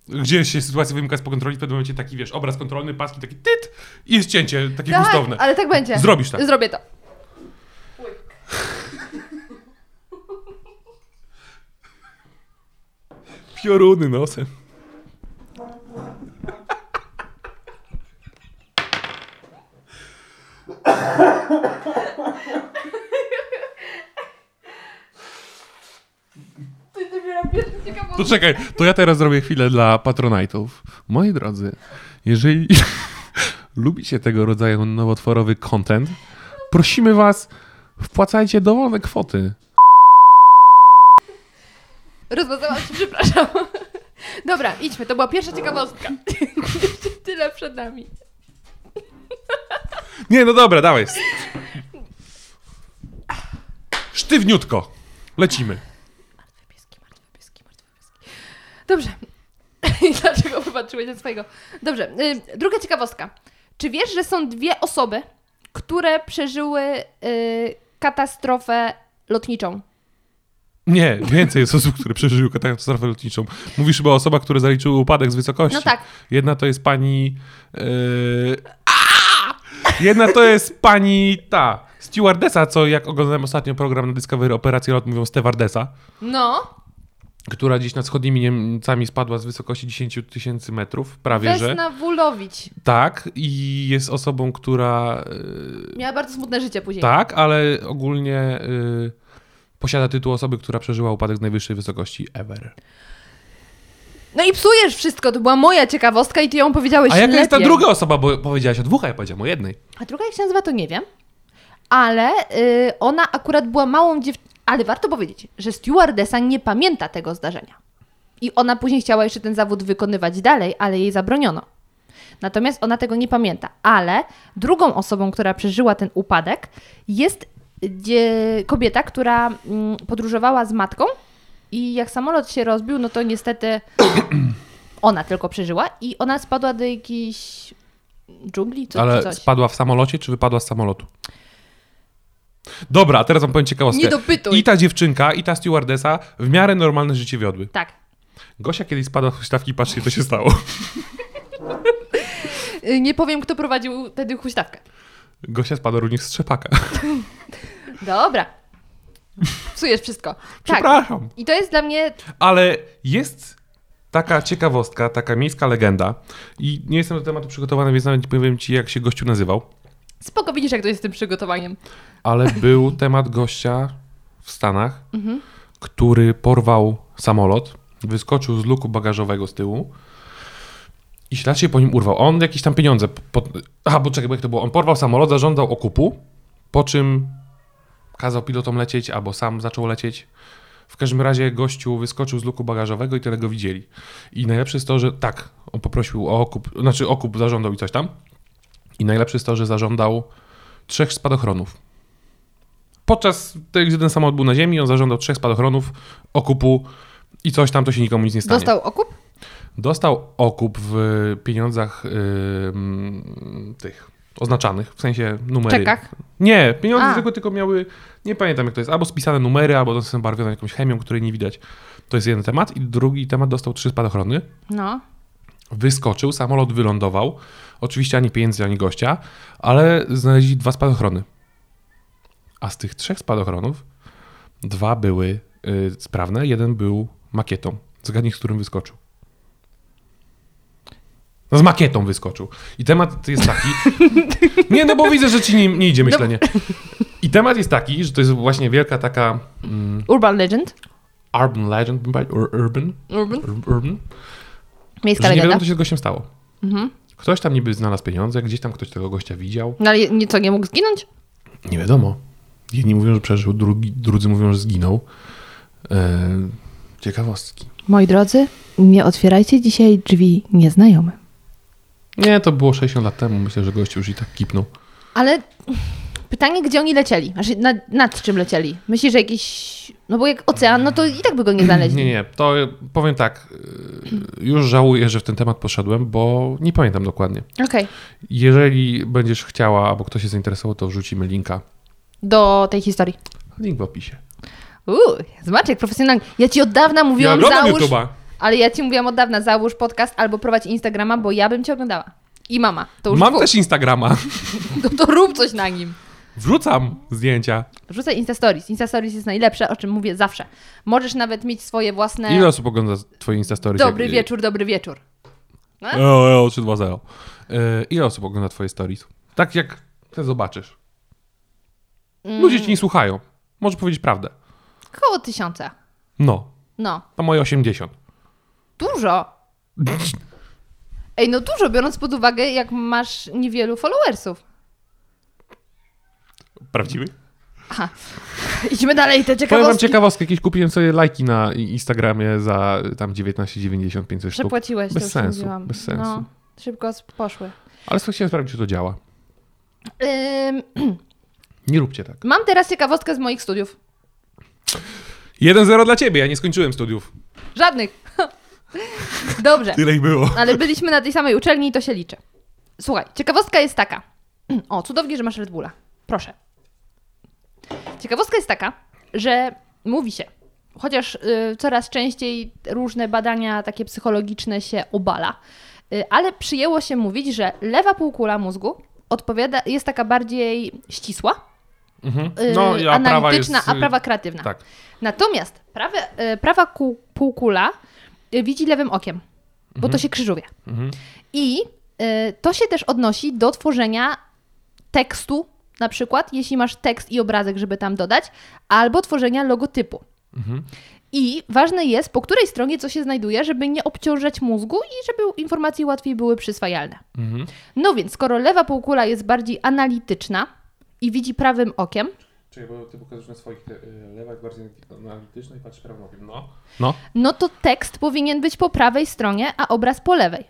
Speaker 1: gdzie się sytuacja wymyka spod kontroli, w pewnym momencie taki, wiesz, obraz kontrolny, paski, taki tyt i jest cięcie, takie gustowne.
Speaker 2: ale tak będzie.
Speaker 1: Zrobisz tak.
Speaker 2: Zrobię to.
Speaker 1: Pioruny nosem.
Speaker 2: Ty dopiero pierwszy ciekawostek.
Speaker 1: To czekaj, to ja teraz zrobię chwilę dla Patronite'ów. Moi drodzy, jeżeli lubicie tego rodzaju nowotworowy content, prosimy was, wpłacajcie dowolne kwoty.
Speaker 2: Rozmazałam się, przepraszam. Dobra, idźmy, to była pierwsza ciekawostka. Jeszcze tyle przed nami.
Speaker 1: Nie, no dobra, dawaj. Sztywniutko. Lecimy.
Speaker 2: Pieski, martwe pieski, martwe pieski. Dobrze. Dlaczego popatrzyłeś na swojego? Dobrze, y, druga ciekawostka. Czy wiesz, że są dwie osoby, które przeżyły y, katastrofę lotniczą?
Speaker 1: Nie, więcej jest osób, które przeżyły katastrofę lotniczą. Mówisz chyba o osobach, które zaliczyły upadek z wysokości.
Speaker 2: No tak.
Speaker 1: Jedna to jest pani... Yy... Aaa! Jedna to jest pani ta, stewardesa, co jak oglądałem ostatnio program na Discovery Operacja Lot, mówią stewardesa,
Speaker 2: No,
Speaker 1: która gdzieś nad wschodnimi Niemcami spadła z wysokości 10 tysięcy metrów, prawie że.
Speaker 2: Wesna Wulowić.
Speaker 1: Tak, i jest osobą, która... y,
Speaker 2: Miała bardzo smutne życie później.
Speaker 1: Tak, ale ogólnie y, posiada tytuł osoby, która przeżyła upadek z najwyższej wysokości ever.
Speaker 2: No i psujesz wszystko, to była moja ciekawostka i ty ją powiedziałeś
Speaker 1: A jaka jest ta
Speaker 2: lepiej.
Speaker 1: druga osoba? Bo powiedziałaś o dwóch, a ja powiedziałem o jednej.
Speaker 2: A druga jak się nazywa, to nie wiem. Ale y, ona akurat była małą dziewczyną. Ale warto powiedzieć, że stewardesa nie pamięta tego zdarzenia. I ona później chciała jeszcze ten zawód wykonywać dalej, ale jej zabroniono. Natomiast ona tego nie pamięta. Ale drugą osobą, która przeżyła ten upadek, jest dzie- kobieta, która mm, podróżowała z matką. I jak samolot się rozbił, no to niestety ona tylko przeżyła. I ona spadła do jakiejś dżungli, co,
Speaker 1: ale
Speaker 2: czy coś.
Speaker 1: spadła w samolocie, czy wypadła z samolotu? Dobra, a teraz wam powiem ciekawostkę.
Speaker 2: Nie dopytuj.
Speaker 1: I ta dziewczynka, i ta stewardesa w miarę normalne życie wiodły.
Speaker 2: Tak.
Speaker 1: Gosia kiedyś spadła z huśtawki, patrzcie, co się stało.
Speaker 2: Y, Nie powiem, kto prowadził wtedy huśtawkę.
Speaker 1: Gosia spadła również z trzepaka.
Speaker 2: Tak. Dobra. Psujesz wszystko. Tak.
Speaker 1: Przepraszam.
Speaker 2: I to jest dla mnie...
Speaker 1: Ale jest taka ciekawostka, taka miejska legenda i nie jestem do tematu przygotowany, więc nawet nie powiem ci, jak się gościu nazywał,
Speaker 2: Spoko widzisz, jak to jest z tym przygotowaniem.
Speaker 1: ale był temat gościa w Stanach, który porwał samolot, wyskoczył z luku bagażowego z tyłu i ślad się po nim urwał. On jakieś tam pieniądze... Pod... Aha, bo czekaj, bo jak to było? On porwał samolot, zażądał okupu, po czym kazał pilotom lecieć albo sam zaczął lecieć. W każdym razie gościu wyskoczył z luku bagażowego i tyle go widzieli. I najlepsze jest to, że tak, on poprosił o okup, znaczy okup zażądał i coś tam. I najlepsze jest to, że zażądał trzech spadochronów. Podczas tego, gdy ten samolot był na ziemi, on zażądał trzech spadochronów, okupu i coś tam, to się nikomu nic nie stanie.
Speaker 2: Dostał okup?
Speaker 1: Dostał okup w pieniądzach ym, tych oznaczanych, w sensie numery.
Speaker 2: Czekach?
Speaker 1: Nie, pieniądze
Speaker 2: A.
Speaker 1: zwykłe tylko miały, nie pamiętam jak to jest, albo spisane numery, albo one są barwione jakąś chemią, której nie widać. To jest jeden temat. I drugi temat dostał trzy spadochrony.
Speaker 2: No.
Speaker 1: Wyskoczył, samolot wylądował. Oczywiście ani pieniędzy, ani gościa, ale znaleźli dwa spadochrony. A z tych trzech spadochronów dwa były y, sprawne, jeden był makietą. Zgadnij, z którym wyskoczył. No z makietą wyskoczył. I temat jest taki... Nie, no bo widzę, że ci nie, nie idzie myślenie. I temat jest taki, że to jest właśnie wielka taka... mm,
Speaker 2: Urban Legend?
Speaker 1: Urban Legend, bym powiedział, ur- urban,
Speaker 2: Urban?
Speaker 1: ur- urban,
Speaker 2: Miejska
Speaker 1: że nie wiadomo,
Speaker 2: legenda.
Speaker 1: co się z gościem stało.
Speaker 2: Mhm.
Speaker 1: Ktoś tam niby znalazł pieniądze, gdzieś tam ktoś tego gościa widział.
Speaker 2: No ale nie, co, nie mógł zginąć?
Speaker 1: Nie wiadomo. Jedni mówią, że przeżył, drugi, drudzy mówią, że zginął. E, ciekawostki.
Speaker 2: Moi drodzy, nie otwierajcie dzisiaj drzwi nieznajomym.
Speaker 1: Nie, to było 60 lat temu. Myślę, że gość już i tak kipnął.
Speaker 2: Ale pytanie, gdzie oni lecieli? Znaczy, nad, nad czym lecieli? Myślisz, że jakiś... No bo jak ocean, no to i tak by go nie znaleźli.
Speaker 1: Nie, nie, to powiem tak. y, Już żałuję, że w ten temat poszedłem, bo nie pamiętam dokładnie.
Speaker 2: Okej.
Speaker 1: Jeżeli będziesz chciała, albo ktoś się zainteresował, to wrzucimy linka.
Speaker 2: Do tej historii.
Speaker 1: Link w opisie.
Speaker 2: Uuu, Zmaczek, profesjonalny. Ja ci od dawna mówiłam, załóż... Ale ja ci mówiłam od dawna, załóż podcast albo prowadź Instagrama, bo ja bym cię oglądała. I mama. To już
Speaker 1: Mam
Speaker 2: dwóch.
Speaker 1: też Instagrama.
Speaker 2: No to rób coś na nim.
Speaker 1: Wrzucam zdjęcia.
Speaker 2: Rzucaj Insta Stories. Insta Stories jest najlepsze, o czym mówię zawsze. Możesz nawet mieć swoje własne.
Speaker 1: Ile osób ogląda twoje Instastory?
Speaker 2: E. Dobry wieczór, dobry wieczór.
Speaker 1: Eo, eo, 320. E, Ile osób ogląda twoje stories? Tak jak te zobaczysz.
Speaker 2: Mm.
Speaker 1: Ludzie ci nie słuchają. Możesz powiedzieć prawdę.
Speaker 2: Koło tysiąca.
Speaker 1: No,
Speaker 2: No,
Speaker 1: to moje 80.
Speaker 2: dużo. Ej, no dużo, biorąc pod uwagę, jak masz niewielu followersów.
Speaker 1: Prawdziwy?
Speaker 2: Aha. Idźmy dalej, te
Speaker 1: Powiem wam
Speaker 2: ciekawostki.
Speaker 1: ciekawostkę, jakieś kupiłem sobie lajki na i- Instagramie za y, tam 19,90 500 sztuk.
Speaker 2: Przepłaciłeś, to
Speaker 1: Bez
Speaker 2: już
Speaker 1: sensu,
Speaker 2: mówiłam.
Speaker 1: bez sensu.
Speaker 2: No, szybko sp- poszły.
Speaker 1: Ale słuchaj, chciałem sprawdzić, czy to działa.
Speaker 2: Ym,
Speaker 1: Nie róbcie tak.
Speaker 2: mam teraz ciekawostkę z moich studiów.
Speaker 1: 1-0 dla ciebie, ja nie skończyłem studiów.
Speaker 2: Żadnych. Dobrze.
Speaker 1: Tyle ich było.
Speaker 2: Ale byliśmy na tej samej uczelni i to się liczy. Słuchaj, ciekawostka jest taka. O, cudownie, że masz Red Bulla. Proszę. Ciekawostka jest taka, że mówi się, chociaż y, coraz częściej różne badania takie psychologiczne się obala, y, ale przyjęło się mówić, że lewa półkula mózgu odpowiada, jest taka bardziej ścisła,
Speaker 1: Mhm.
Speaker 2: y,
Speaker 1: No, ja prawa jest...
Speaker 2: analityczna, a
Speaker 1: y,
Speaker 2: prawa kreatywna.
Speaker 1: Tak.
Speaker 2: Natomiast prawe, y, prawa ku, półkula y, widzi lewym okiem, bo to się krzyżuje.
Speaker 1: Mhm.
Speaker 2: I y, to się też odnosi do tworzenia tekstu, na przykład, jeśli masz tekst i obrazek, żeby tam dodać, albo tworzenia logotypu.
Speaker 1: Mhm.
Speaker 2: I ważne jest, po której stronie co się znajduje, żeby nie obciążać mózgu i żeby informacje łatwiej były przyswajalne.
Speaker 1: Mhm.
Speaker 2: No więc, skoro lewa półkula jest bardziej analityczna i widzi prawym okiem,
Speaker 1: Czekaj, bo ty pokazujesz na swoich e, lewach bardziej no, analitycznych, patrz prawym okiem. No. No.
Speaker 2: no to tekst powinien być po prawej stronie, a obraz po lewej.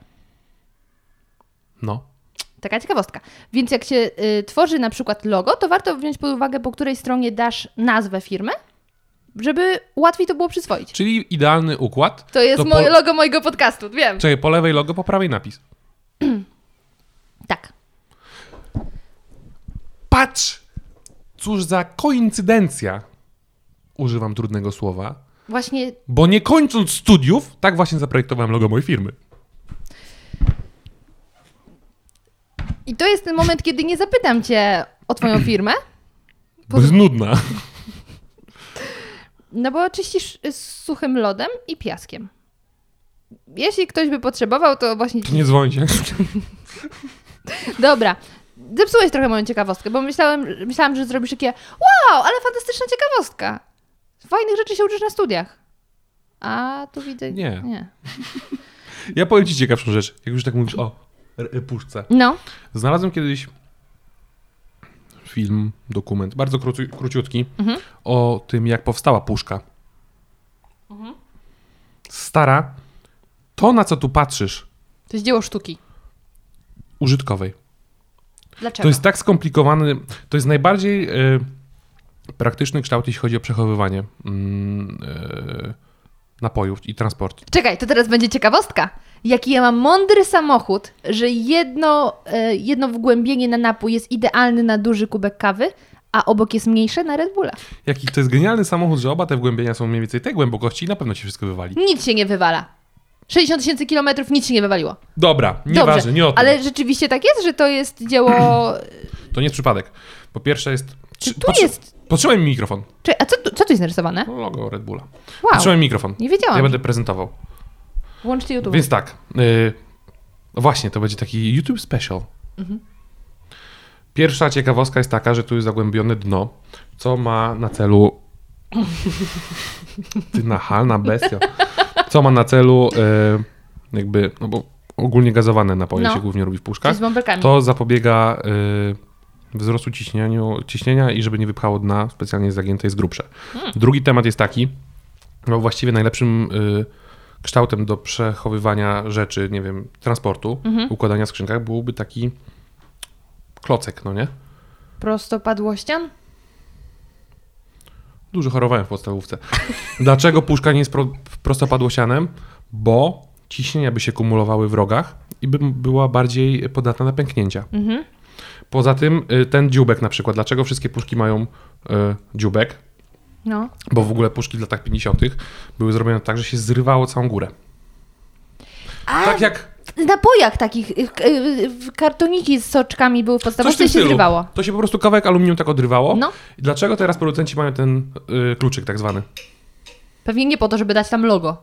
Speaker 1: No.
Speaker 2: Taka ciekawostka. Więc jak się y, tworzy na przykład logo, to warto wziąć pod uwagę, po której stronie dasz nazwę firmy, żeby łatwiej to było przyswoić.
Speaker 1: Czyli idealny układ.
Speaker 2: To jest
Speaker 1: po-
Speaker 2: moje logo mojego podcastu, wiem.
Speaker 1: Czekaj, po lewej logo, po prawej napis.
Speaker 2: Tak.
Speaker 1: Patrz! Cóż za koincydencja. Używam trudnego słowa.
Speaker 2: Właśnie
Speaker 1: Bo nie kończąc studiów, tak właśnie zaprojektowałem logo mojej firmy.
Speaker 2: i to jest ten moment, kiedy nie zapytam cię o twoją firmę,
Speaker 1: Bo jest nudna.
Speaker 2: no bo czyścisz y, z suchym lodem i piaskiem. Jeśli ktoś by potrzebował, to właśnie...
Speaker 1: To nie dzwońcie.
Speaker 2: Dobra. Zepsułeś trochę moją ciekawostkę, bo myślałem, myślałam, że zrobisz takie wow, ale fantastyczna ciekawostka. Fajnych rzeczy się uczysz na studiach. A tu widzę...
Speaker 1: Nie. Ja powiem ci ciekawszą rzecz. Jak już tak mówisz o r- y, puszce.
Speaker 2: No.
Speaker 1: Znalazłem kiedyś film, dokument, bardzo króci, króciutki,
Speaker 2: Mhm.
Speaker 1: o tym, jak powstała puszka.
Speaker 2: Mhm.
Speaker 1: Stara, to na co tu patrzysz,
Speaker 2: To jest dzieło sztuki.
Speaker 1: użytkowej,
Speaker 2: Dlaczego?
Speaker 1: to jest tak skomplikowany, to jest najbardziej y, praktyczny kształt, jeśli chodzi o przechowywanie mm, y, napojów i transport.
Speaker 2: Czekaj, to teraz będzie ciekawostka. Jaki ja mam mądry samochód, że jedno, e, jedno wgłębienie na napój jest idealny na duży kubek kawy, a obok jest mniejsze na Red Bulla.
Speaker 1: Jaki to jest genialny samochód, że oba te wgłębienia są mniej więcej tej głębokości i na pewno się wszystko wywali.
Speaker 2: Nic się nie wywala. 60 tysięcy kilometrów nic się nie wywaliło.
Speaker 1: Dobra,
Speaker 2: Dobrze,
Speaker 1: nieważne, nie o tym.
Speaker 2: Ale rzeczywiście tak jest, że to jest dzieło...
Speaker 1: To nie jest przypadek. Po pierwsze jest... Czy,
Speaker 2: tu jest-
Speaker 1: Potrzymaj mi mikrofon.
Speaker 2: Czekaj, a co tu, co tu jest narysowane?
Speaker 1: No, Logo Red Bulla.
Speaker 2: Wow,
Speaker 1: Potrzymaj mikrofon.
Speaker 2: nie wiedziałam.
Speaker 1: Ja będę prezentował.
Speaker 2: Włączcie YouTube.
Speaker 1: Więc tak. y, no właśnie, to będzie taki YouTube special. Pierwsza ciekawostka jest taka, że tu jest zagłębione dno, co ma na celu Ty nachalna bestia. Co ma na celu y, jakby, no bo ogólnie gazowane napoje
Speaker 2: No.
Speaker 1: się głównie robi w puszkach.
Speaker 2: Czyli z bąbelkami.
Speaker 1: tak? To zapobiega y, wzrostu ciśnieniu, ciśnienia i żeby nie wypchało dna, specjalnie zagięte jest grubsze. Drugi temat jest taki, no właściwie najlepszym y, kształtem do przechowywania rzeczy, nie wiem, transportu, układania w skrzynkach byłby taki klocek, no nie?
Speaker 2: Prostopadłościan?
Speaker 1: Dużo chorowałem w podstawówce. Dlaczego puszka nie jest pro, prostopadłosianem? Bo ciśnienia by się kumulowały w rogach i by m- była bardziej podatna na pęknięcia.
Speaker 2: Mhm.
Speaker 1: Poza tym y, ten dziubek na przykład. Dlaczego wszystkie puszki mają y, dziubek?
Speaker 2: No.
Speaker 1: Bo w ogóle puszki w latach 50. były zrobione tak, że się zrywało całą górę.
Speaker 2: A,
Speaker 1: Tak jak
Speaker 2: w napojach takich, y, y, y, kartoniki z soczkami były
Speaker 1: coś
Speaker 2: podstawowe,
Speaker 1: w tym
Speaker 2: to się
Speaker 1: stylu.
Speaker 2: zrywało.
Speaker 1: To się po prostu kawałek aluminium tak odrywało.
Speaker 2: No.
Speaker 1: I Dlaczego teraz producenci mają ten y, kluczyk tak zwany?
Speaker 2: Pewnie nie po to, żeby dać tam logo.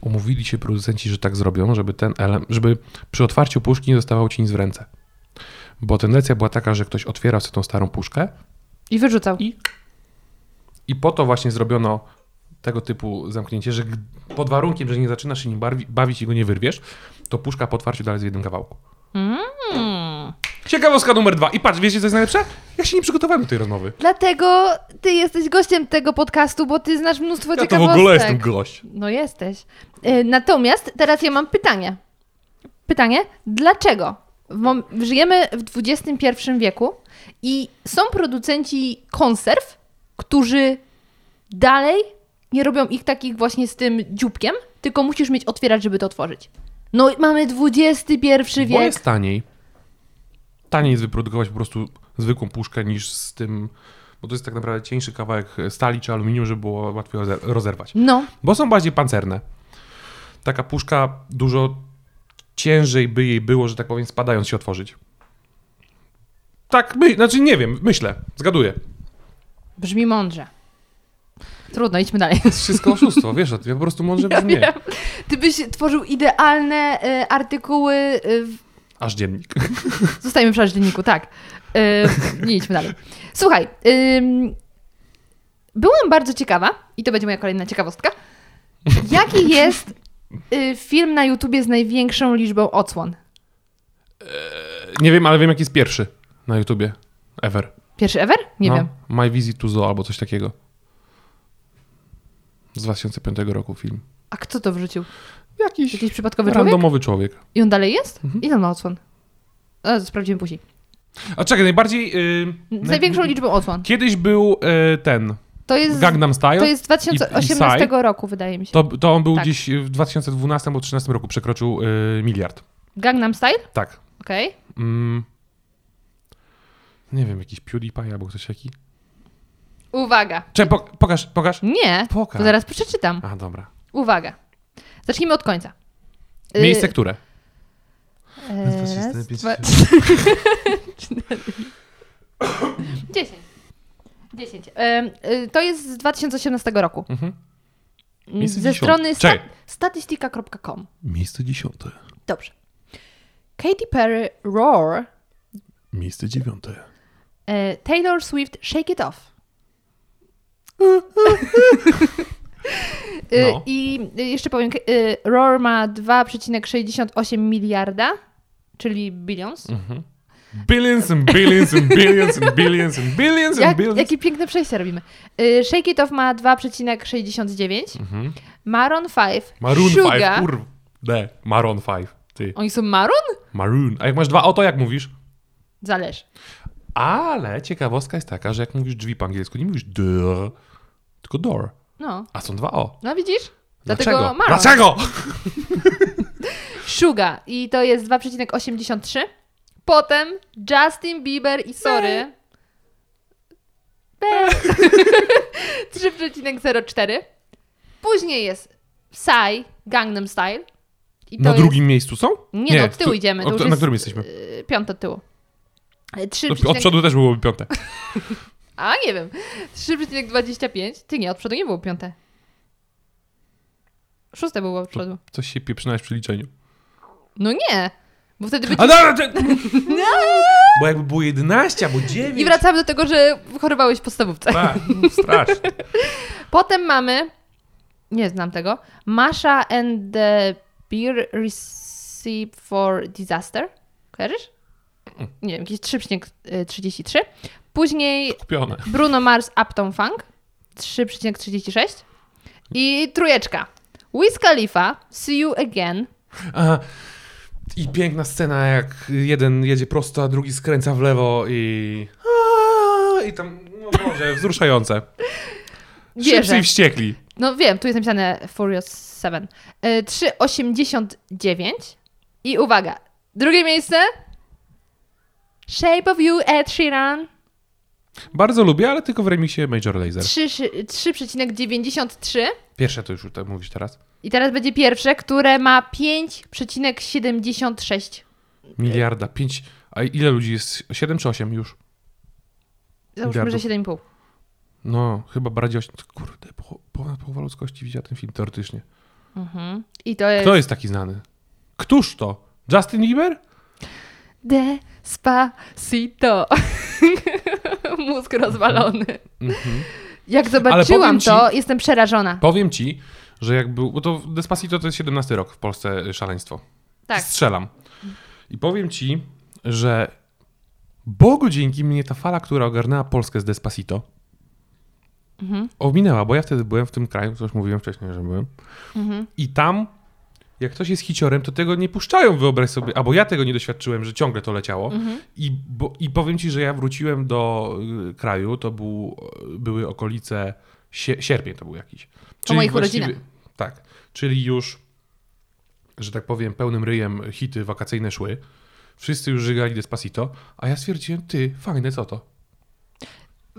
Speaker 1: Umówili się producenci, że tak zrobią, żeby ten elem, żeby przy otwarciu puszki nie dostawał ci nic w ręce. Bo tendencja była taka, że ktoś otwierał sobie tą starą puszkę
Speaker 2: I wyrzucał.
Speaker 1: I- i po to właśnie zrobiono tego typu zamknięcie, że gd- pod warunkiem, że nie zaczynasz się nim barwi, bawić i go nie wyrwiesz, to puszka po otwarciu dalej jest w jednym kawałku. Ciekawostka numer dwa. I patrz, wiecie co jest najlepsze? Ja się nie przygotowałem do tej rozmowy.
Speaker 2: Dlatego ty jesteś gościem tego podcastu, bo ty znasz mnóstwo
Speaker 1: Ja to w
Speaker 2: ciekawostek.
Speaker 1: ogóle jestem gość.
Speaker 2: No jesteś. Y, Natomiast teraz ja mam pytanie. Pytanie, dlaczego w mom- żyjemy w XXI wieku i są producenci konserw, którzy dalej nie robią ich takich właśnie z tym dzióbkiem, tylko musisz mieć otwierać, żeby to otworzyć. No i mamy XXI
Speaker 1: Bo
Speaker 2: wiek.
Speaker 1: jest taniej. Taniej jest wyprodukować po prostu zwykłą puszkę niż z tym, bo to jest tak naprawdę cieńszy kawałek stali czy aluminium, żeby było łatwiej rozer- rozerwać.
Speaker 2: No,
Speaker 1: Bo są bardziej pancerne. Taka puszka dużo ciężej by jej było, że tak powiem, spadając się otworzyć. Tak, my, znaczy nie wiem, myślę, zgaduję.
Speaker 2: brzmi mądrze. Trudno, idźmy dalej.
Speaker 1: To jest wszystko oszustwo, wiesz o tym, ja po prostu mądrze brzmię.
Speaker 2: wiem. Ty byś tworzył idealne y, artykuły y, w
Speaker 1: Aż dziennik.
Speaker 2: Zostajemy przy Aźdeniku, tak. Yy, nie idźmy dalej. Słuchaj, ym, byłam bardzo ciekawa, i to będzie moja kolejna ciekawostka, jaki jest y, film na YouTubie z największą liczbą odsłon?
Speaker 1: Nie wiem, ale wiem, jaki jest pierwszy na YouTubie. Ever.
Speaker 2: Pierwszy ever? Nie
Speaker 1: no,
Speaker 2: wiem.
Speaker 1: My Visit to Zoo albo coś takiego. Z 2005 roku film.
Speaker 2: A kto to wrzucił?
Speaker 1: Jakiś,
Speaker 2: Jakiś przypadkowy człowiek?
Speaker 1: randomowy człowiek.
Speaker 2: I on dalej jest?
Speaker 1: Mhm.
Speaker 2: Ile on ma odsłon? A, sprawdzimy później.
Speaker 1: A czekaj, najbardziej... y,
Speaker 2: Z
Speaker 1: naj-
Speaker 2: największą liczbą odsłon.
Speaker 1: Kiedyś był y, ten,
Speaker 2: To jest,
Speaker 1: Gangnam Style.
Speaker 2: to jest z 2018
Speaker 1: i Psy.
Speaker 2: roku, wydaje mi się.
Speaker 1: To, to on był
Speaker 2: Tak.
Speaker 1: gdzieś w 2012 albo 2013 roku, przekroczył y, miliard.
Speaker 2: Gangnam Style?
Speaker 1: Tak.
Speaker 2: Okej.
Speaker 1: Mm. Nie wiem, jakiś PewDiePie albo ktoś taki.
Speaker 2: Uwaga.
Speaker 1: Czekaj, po, pokaż, pokaż.
Speaker 2: Nie,
Speaker 1: Pokaż.
Speaker 2: to zaraz przeczytam.
Speaker 1: A, dobra.
Speaker 2: Uwaga. Zacznijmy od końca. Y,
Speaker 1: Miejsce które?
Speaker 2: e,
Speaker 1: Raz,
Speaker 2: Raz,
Speaker 1: pięć,
Speaker 2: dwa, Dziesięć. Dziesięć. Em, y, To jest z 2018 roku.
Speaker 1: Mhm.
Speaker 2: Mm,
Speaker 1: Miejsce
Speaker 2: Ze
Speaker 1: dziesiąte.
Speaker 2: strony sta-
Speaker 1: Czekaj.
Speaker 2: statystyka.com.
Speaker 1: Miejsce dziesiąte.
Speaker 2: Dobrze. Katy Perry Roar,
Speaker 1: Miejsce dziewiąte.
Speaker 2: e, Taylor Swift Shake It Off. E, Y,
Speaker 1: No.
Speaker 2: I y, jeszcze powiem, k- y, Roar ma 2,68 miliarda, czyli billions.
Speaker 1: Mhm. Billions and billions and billions and billions and billions and
Speaker 2: Jak,
Speaker 1: billions.
Speaker 2: jakie piękne przejście robimy. Y, Shake It Off ma 2,69.
Speaker 1: Mhm.
Speaker 2: Maroon 5.
Speaker 1: Maroon
Speaker 2: Suga.
Speaker 1: 5, kurde. Maroon 5, ty.
Speaker 2: Oni są maroon?
Speaker 1: Maroon. A jak masz dwa o, to jak mówisz?
Speaker 2: Zależy.
Speaker 1: Ale ciekawostka jest taka, że jak mówisz drzwi po angielsku, nie mówisz door, tylko door.
Speaker 2: No.
Speaker 1: A są dwa o.
Speaker 2: No widzisz? Dlatego
Speaker 1: Dlaczego?
Speaker 2: maroon.
Speaker 1: Dlaczego?
Speaker 2: Suga. I to jest 2,83. Potem Justin Bieber i Sorry. B. 3,04. Później jest Psy, Gangnam Style. I
Speaker 1: Na
Speaker 2: jest-
Speaker 1: drugim miejscu są?
Speaker 2: Nie, no, od tyłu
Speaker 1: tu-
Speaker 2: idziemy, to
Speaker 1: od-
Speaker 2: już
Speaker 1: na
Speaker 2: jest-
Speaker 1: którym jesteśmy?
Speaker 2: y, Piąte od tyłu. Y, trzy
Speaker 1: No, Od
Speaker 2: przecinek-
Speaker 1: przodu też byłoby piąte.
Speaker 2: A, nie wiem. 3,25. Ty nie, od przodu nie było piąte. Szóste było od przodu.
Speaker 1: Coś się pieprznałeś przy liczeniu.
Speaker 2: No nie. Bo wtedy by...
Speaker 1: A dobra, to... Bo jakby było 11 albo 9.
Speaker 2: No! I wracamy do tego, że chorowałeś w podstawówce.
Speaker 1: Tak, strasznie.
Speaker 2: Potem mamy, nie znam tego, Masha and the Beer Recipe for Disaster. Kojarzysz? Nie wiem, jakiś trzypśnieg 33. Później
Speaker 1: Kupione.
Speaker 2: Bruno Mars Uptown Funk 3,36 i trójeczka. Wiz Khalifa, See You Again.
Speaker 1: A, I piękna scena, jak jeden jedzie prosto, a drugi skręca w lewo i... A, I tam, no Boże, wzruszające. Szybcy
Speaker 2: Wierzę.
Speaker 1: i wściekli.
Speaker 2: No wiem, tu jest napisane Furious 7. Y, 3,89 i uwaga, drugie miejsce Shape of You Ed Sheeran
Speaker 1: Bardzo lubię, ale tylko w remiksie Major Laser.
Speaker 2: 3, 3,93
Speaker 1: Pierwsze to już te- mówisz teraz.
Speaker 2: i teraz będzie pierwsze, które ma 5,76.
Speaker 1: Miliarda, pięć... A ile ludzi jest? Siedem czy osiem już?
Speaker 2: Załóżmy, że
Speaker 1: Miliardów.
Speaker 2: 7,5.
Speaker 1: No, chyba bardziej osiem. Kurde, po- ponad połowa ludzkości widziała ten film teoretycznie.
Speaker 2: Mhm. I to jest...
Speaker 1: Kto jest taki znany? Któż to? Justin Bieber?
Speaker 2: Despacito. Mózg rozwalony. Jak
Speaker 1: Mhm. Ale powiem
Speaker 2: zobaczyłam
Speaker 1: ci-
Speaker 2: to, jestem przerażona.
Speaker 1: Powiem ci, że jak był... Bo to Despacito to jest 17 rok w Polsce y, szaleństwo.
Speaker 2: Tak.
Speaker 1: Strzelam. I powiem ci, że Bogu dzięki mnie ta fala, która ogarnęła Polskę z Despacito, ominęła, bo ja wtedy byłem w tym kraju, co już mówiłem wcześniej, że byłem. I tam, jak ktoś jest hiciorem, to tego nie puszczają, wyobraź sobie, albo ja tego nie doświadczyłem, że ciągle to leciało. I, bo, I powiem ci, że ja wróciłem do y, kraju, to był, y, były okolice, sie, sierpień to był jakiś.
Speaker 2: moich
Speaker 1: właściwie-
Speaker 2: urodzinach.
Speaker 1: Tak, czyli już że tak powiem, pełnym ryjem hity wakacyjne szły. Wszyscy już żygali Despacito, a ja stwierdziłem, ty, fajne, co to?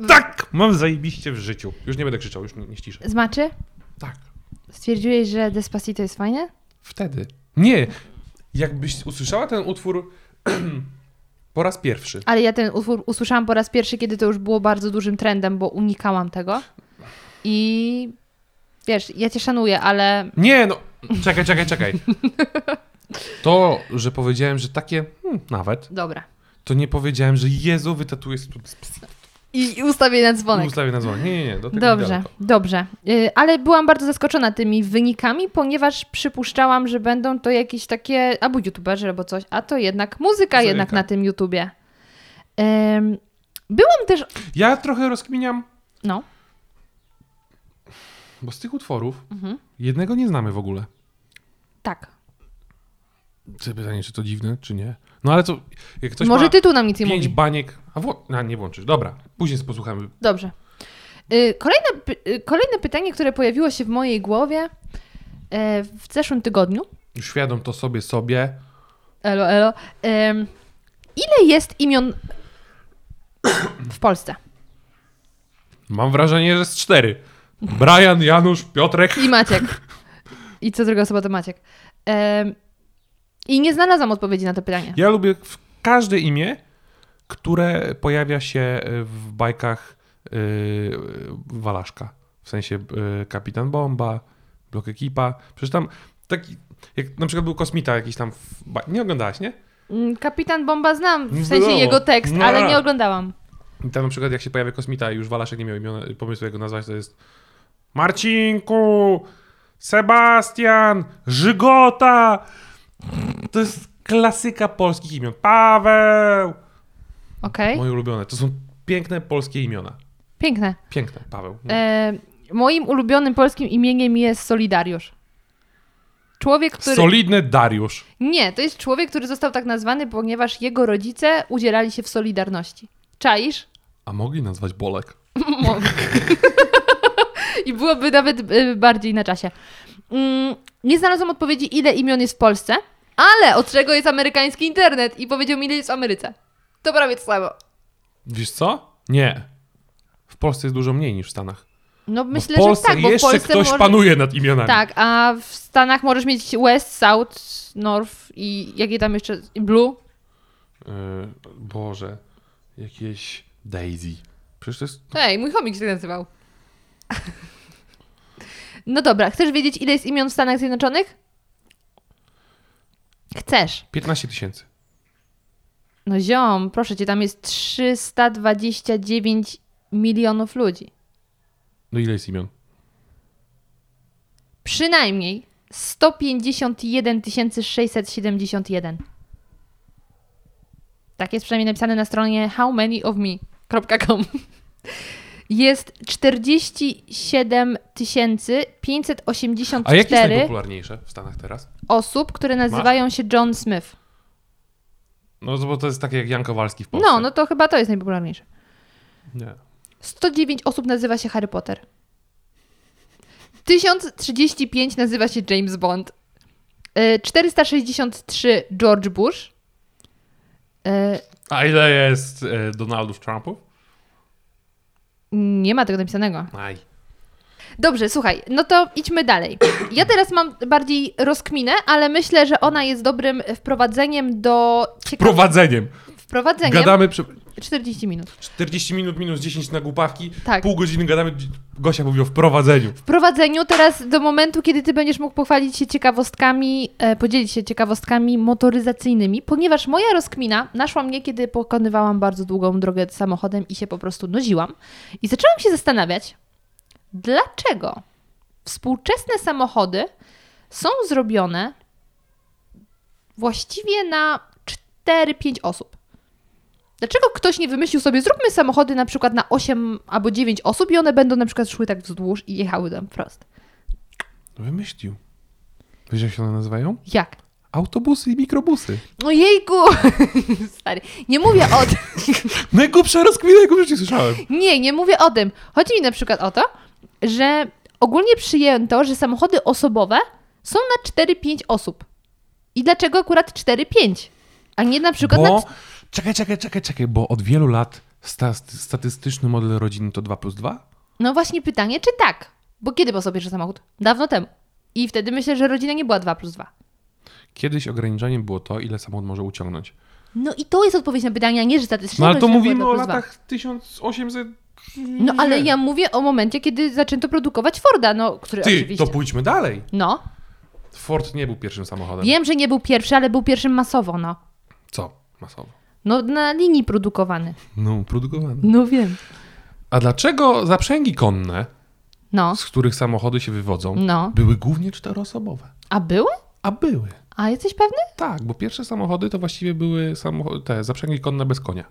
Speaker 1: Tak! Mam zajebiście w życiu. Już nie będę krzyczał, już nie, nie ściszę.
Speaker 2: Zmaczy?
Speaker 1: Tak.
Speaker 2: Stwierdziłeś, że Despacito jest fajne?
Speaker 1: Wtedy. Nie! Jakbyś usłyszała ten utwór po raz pierwszy.
Speaker 2: Ale ja ten utwór usłyszałam po raz pierwszy, kiedy to już było bardzo dużym trendem, bo unikałam tego. I wiesz, ja cię szanuję, ale
Speaker 1: Nie, no! Czekaj, czekaj, czekaj. To, że powiedziałem, że takie hmm, nawet,
Speaker 2: dobra.
Speaker 1: to nie powiedziałem, że Jezu, wytatujesz tu
Speaker 2: I i ustawię na dzwonek.
Speaker 1: ustawię na dzwonek. Nie, nie, nie. Do tego
Speaker 2: Dobrze,
Speaker 1: daleko.
Speaker 2: dobrze. Y, Ale byłam bardzo zaskoczona tymi wynikami, ponieważ przypuszczałam, że będą to jakieś takie albo youtuberzy, albo coś, a to jednak muzyka
Speaker 1: Muzyka.
Speaker 2: jednak na tym YouTubie. Ym, byłam też.
Speaker 1: Ja trochę rozkminiam
Speaker 2: No,
Speaker 1: Bo z tych utworów
Speaker 2: Mhm.
Speaker 1: jednego nie znamy w ogóle.
Speaker 2: tak.
Speaker 1: Czy pytanie, czy to dziwne, czy nie? No ale to, jak ktoś
Speaker 2: Może
Speaker 1: ma
Speaker 2: tytuł nam nic nie
Speaker 1: pięć
Speaker 2: mówi.
Speaker 1: baniek, a, wło- a nie włączysz, dobra, później posłuchamy.
Speaker 2: Dobrze. Y, Kolejne, py- y, kolejne pytanie, które pojawiło się w mojej głowie y, w zeszłym tygodniu.
Speaker 1: Świadom to sobie, sobie.
Speaker 2: Elo, elo. Ym, Ile jest imion w Polsce?
Speaker 1: Mam wrażenie, że z cztery. Brian, Janusz, Piotrek.
Speaker 2: I Maciek. I co druga osoba to Maciek. Em, I nie znalazłam odpowiedzi na to pytanie.
Speaker 1: Ja lubię w- każde imię, które pojawia się y, w bajkach yy, Walaszka. W sensie y, Kapitan Bomba, Blok Ekipa. Przecież tam taki, jak na przykład był Kosmita jakiś tam, w baj- nie oglądałaś, nie?
Speaker 2: Mm, Kapitan Bomba znam, w
Speaker 1: Nie
Speaker 2: sensie
Speaker 1: było.
Speaker 2: jego tekst,
Speaker 1: Nie.
Speaker 2: ale nie oglądałam.
Speaker 1: I tam na przykład jak się pojawia kosmita i już Walaszek nie miał imiona, pomysłu jak go nazwać, to jest Marcinku, Sebastian, Żygota. To jest klasyka polskich imion. Paweł.
Speaker 2: Okej,
Speaker 1: Moje ulubione. To są piękne polskie imiona.
Speaker 2: piękne.
Speaker 1: Piękne, Paweł.
Speaker 2: E, moim ulubionym polskim imieniem jest Solidariusz. Człowiek, który...
Speaker 1: Solidny Dariusz.
Speaker 2: nie, to jest człowiek, który został tak nazwany, ponieważ jego rodzice udzielali się w Solidarności. Czaisz?
Speaker 1: A mogli nazwać Bolek.
Speaker 2: I byłoby nawet y, bardziej na czasie. Mm, Nie znalazłam odpowiedzi, ile imion jest w Polsce, ale od czego jest amerykański internet i powiedział mi, ile jest w Ameryce. To prawie to samo. No,
Speaker 1: Wiesz co? Nie. W Polsce jest dużo mniej niż w Stanach.
Speaker 2: No
Speaker 1: Bo
Speaker 2: myślę,
Speaker 1: w Polsce
Speaker 2: że tak, bo w
Speaker 1: jeszcze
Speaker 2: Polsce
Speaker 1: ktoś
Speaker 2: może...
Speaker 1: panuje nad imionami.
Speaker 2: Tak, a w Stanach możesz mieć West, South, North i jakie tam jeszcze... Blue.
Speaker 1: Y, Boże, jakieś Daisy. Przecież to jest.
Speaker 2: Ej, mój chomik się tak nazywał. No dobra, chcesz wiedzieć, ile jest imion w Stanach Zjednoczonych? Chcesz.
Speaker 1: 15 tysięcy.
Speaker 2: No ziom, proszę cię, tam jest 329 milionów ludzi.
Speaker 1: No ile jest imion?
Speaker 2: Przynajmniej 151 671. Tak jest przynajmniej napisane na stronie howmanyofme.com. Jest 47 584
Speaker 1: A jakie jest najpopularniejsze w Stanach teraz?
Speaker 2: osób, które nazywają się John Smith.
Speaker 1: No bo to jest takie jak Jan Kowalski w Polsce.
Speaker 2: No, no to chyba to jest najpopularniejsze.
Speaker 1: Nie.
Speaker 2: 109 osób nazywa się Harry Potter. 1035 nazywa się James Bond. Y, 463 George Bush. Y,
Speaker 1: A ile jest e, Donaldów Trumpów?
Speaker 2: Nie ma tego napisanego.
Speaker 1: Aj.
Speaker 2: Dobrze, słuchaj, no to idźmy dalej. Ja teraz mam bardziej rozkminę, ale myślę, że ona jest dobrym wprowadzeniem do ciekawych
Speaker 1: Prowadzeniem.
Speaker 2: wprowadzeniem.
Speaker 1: Gadamy przy...
Speaker 2: 40 minut.
Speaker 1: 40 minut minus 10 na głupawki.
Speaker 2: Tak.
Speaker 1: Pół godziny gadamy. Gosia mówi o wprowadzeniu.
Speaker 2: wprowadzeniu teraz do momentu, kiedy ty będziesz mógł pochwalić się ciekawostkami, e, podzielić się ciekawostkami motoryzacyjnymi, ponieważ moja rozkmina naszła mnie, kiedy pokonywałam bardzo długą drogę samochodem i się po prostu nudziłam. I zaczęłam się zastanawiać, dlaczego współczesne samochody są zrobione właściwie na 4-5 osób. Dlaczego ktoś nie wymyślił sobie, zróbmy samochody na przykład na 8 albo 9 osób i one będą na przykład szły tak wzdłuż i jechały tam wprost?
Speaker 1: Wymyślił. Wiesz jak się one nazywają?
Speaker 2: Jak?
Speaker 1: Autobusy i mikrobusy.
Speaker 2: Ojejku! Stary, nie mówię o tym.
Speaker 1: Najgłupsza rozkmina, jaką w życiu słyszałem.
Speaker 2: Nie, nie mówię o tym. Chodzi mi na przykład o to, że ogólnie przyjęto, że samochody osobowe są na 4-5 osób. I dlaczego akurat 4-5? A nie na przykład na...
Speaker 1: Bo... Czekaj, czekaj, czekaj, czekaj, bo od wielu lat sta... statystyczny model rodziny to 2 plus 2?
Speaker 2: No właśnie pytanie, czy tak? Bo kiedy był sobie pierwszy samochód? Dawno temu. I wtedy myślę, że rodzina nie była 2 plus 2.
Speaker 1: Kiedyś ograniczeniem było to, ile samochód może uciągnąć.
Speaker 2: No i to jest odpowiedź na pytanie, a nie, że statystycznie
Speaker 1: No ale to
Speaker 2: rodzina
Speaker 1: mówimy
Speaker 2: była
Speaker 1: o
Speaker 2: 2 plus 2.
Speaker 1: latach 1800.
Speaker 2: No ale ja mówię o momencie, kiedy zaczęto produkować Forda, no, który
Speaker 1: Ty,
Speaker 2: oczywiście...
Speaker 1: to pójdźmy dalej.
Speaker 2: No,
Speaker 1: Ford nie był pierwszym samochodem.
Speaker 2: wiem, że nie był pierwszy, ale był pierwszym masowo, no.
Speaker 1: Co? Masowo.
Speaker 2: No, na linii produkowany.
Speaker 1: No, produkowany.
Speaker 2: No wiem.
Speaker 1: A dlaczego zaprzęgi konne,
Speaker 2: No,
Speaker 1: z których samochody się wywodzą,
Speaker 2: No.
Speaker 1: były głównie czteroosobowe?
Speaker 2: a były?
Speaker 1: A były.
Speaker 2: A jesteś pewny?
Speaker 1: Tak, bo pierwsze samochody to właściwie były samochody, te zaprzęgi konne bez konia.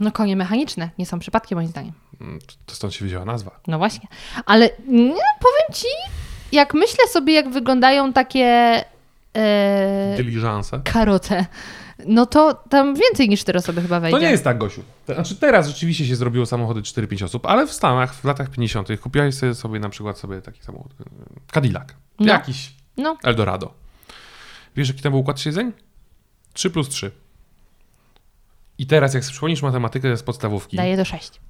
Speaker 2: No konie mechaniczne, nie są przypadkiem moim zdaniem.
Speaker 1: Mm, To stąd się wzięła nazwa.
Speaker 2: No właśnie. Ale nie, powiem ci, jak myślę sobie, jak wyglądają takie e,
Speaker 1: Dyliżanse.
Speaker 2: karoce, no to tam więcej niż cztery osoby chyba wejdzie.
Speaker 1: To nie jest tak, Gosiu. To Znaczy teraz rzeczywiście się zrobiło samochody 4-5 osób, ale w Stanach w latach 50. kupiłeś sobie, sobie na przykład sobie taki samochód, y, Cadillac,
Speaker 2: No.
Speaker 1: jakiś
Speaker 2: No,
Speaker 1: Eldorado. Wiesz, jaki tam był układ siedzeń? 3 plus 3. I teraz jak przypomnisz matematykę z podstawówki...
Speaker 2: daje do sześć.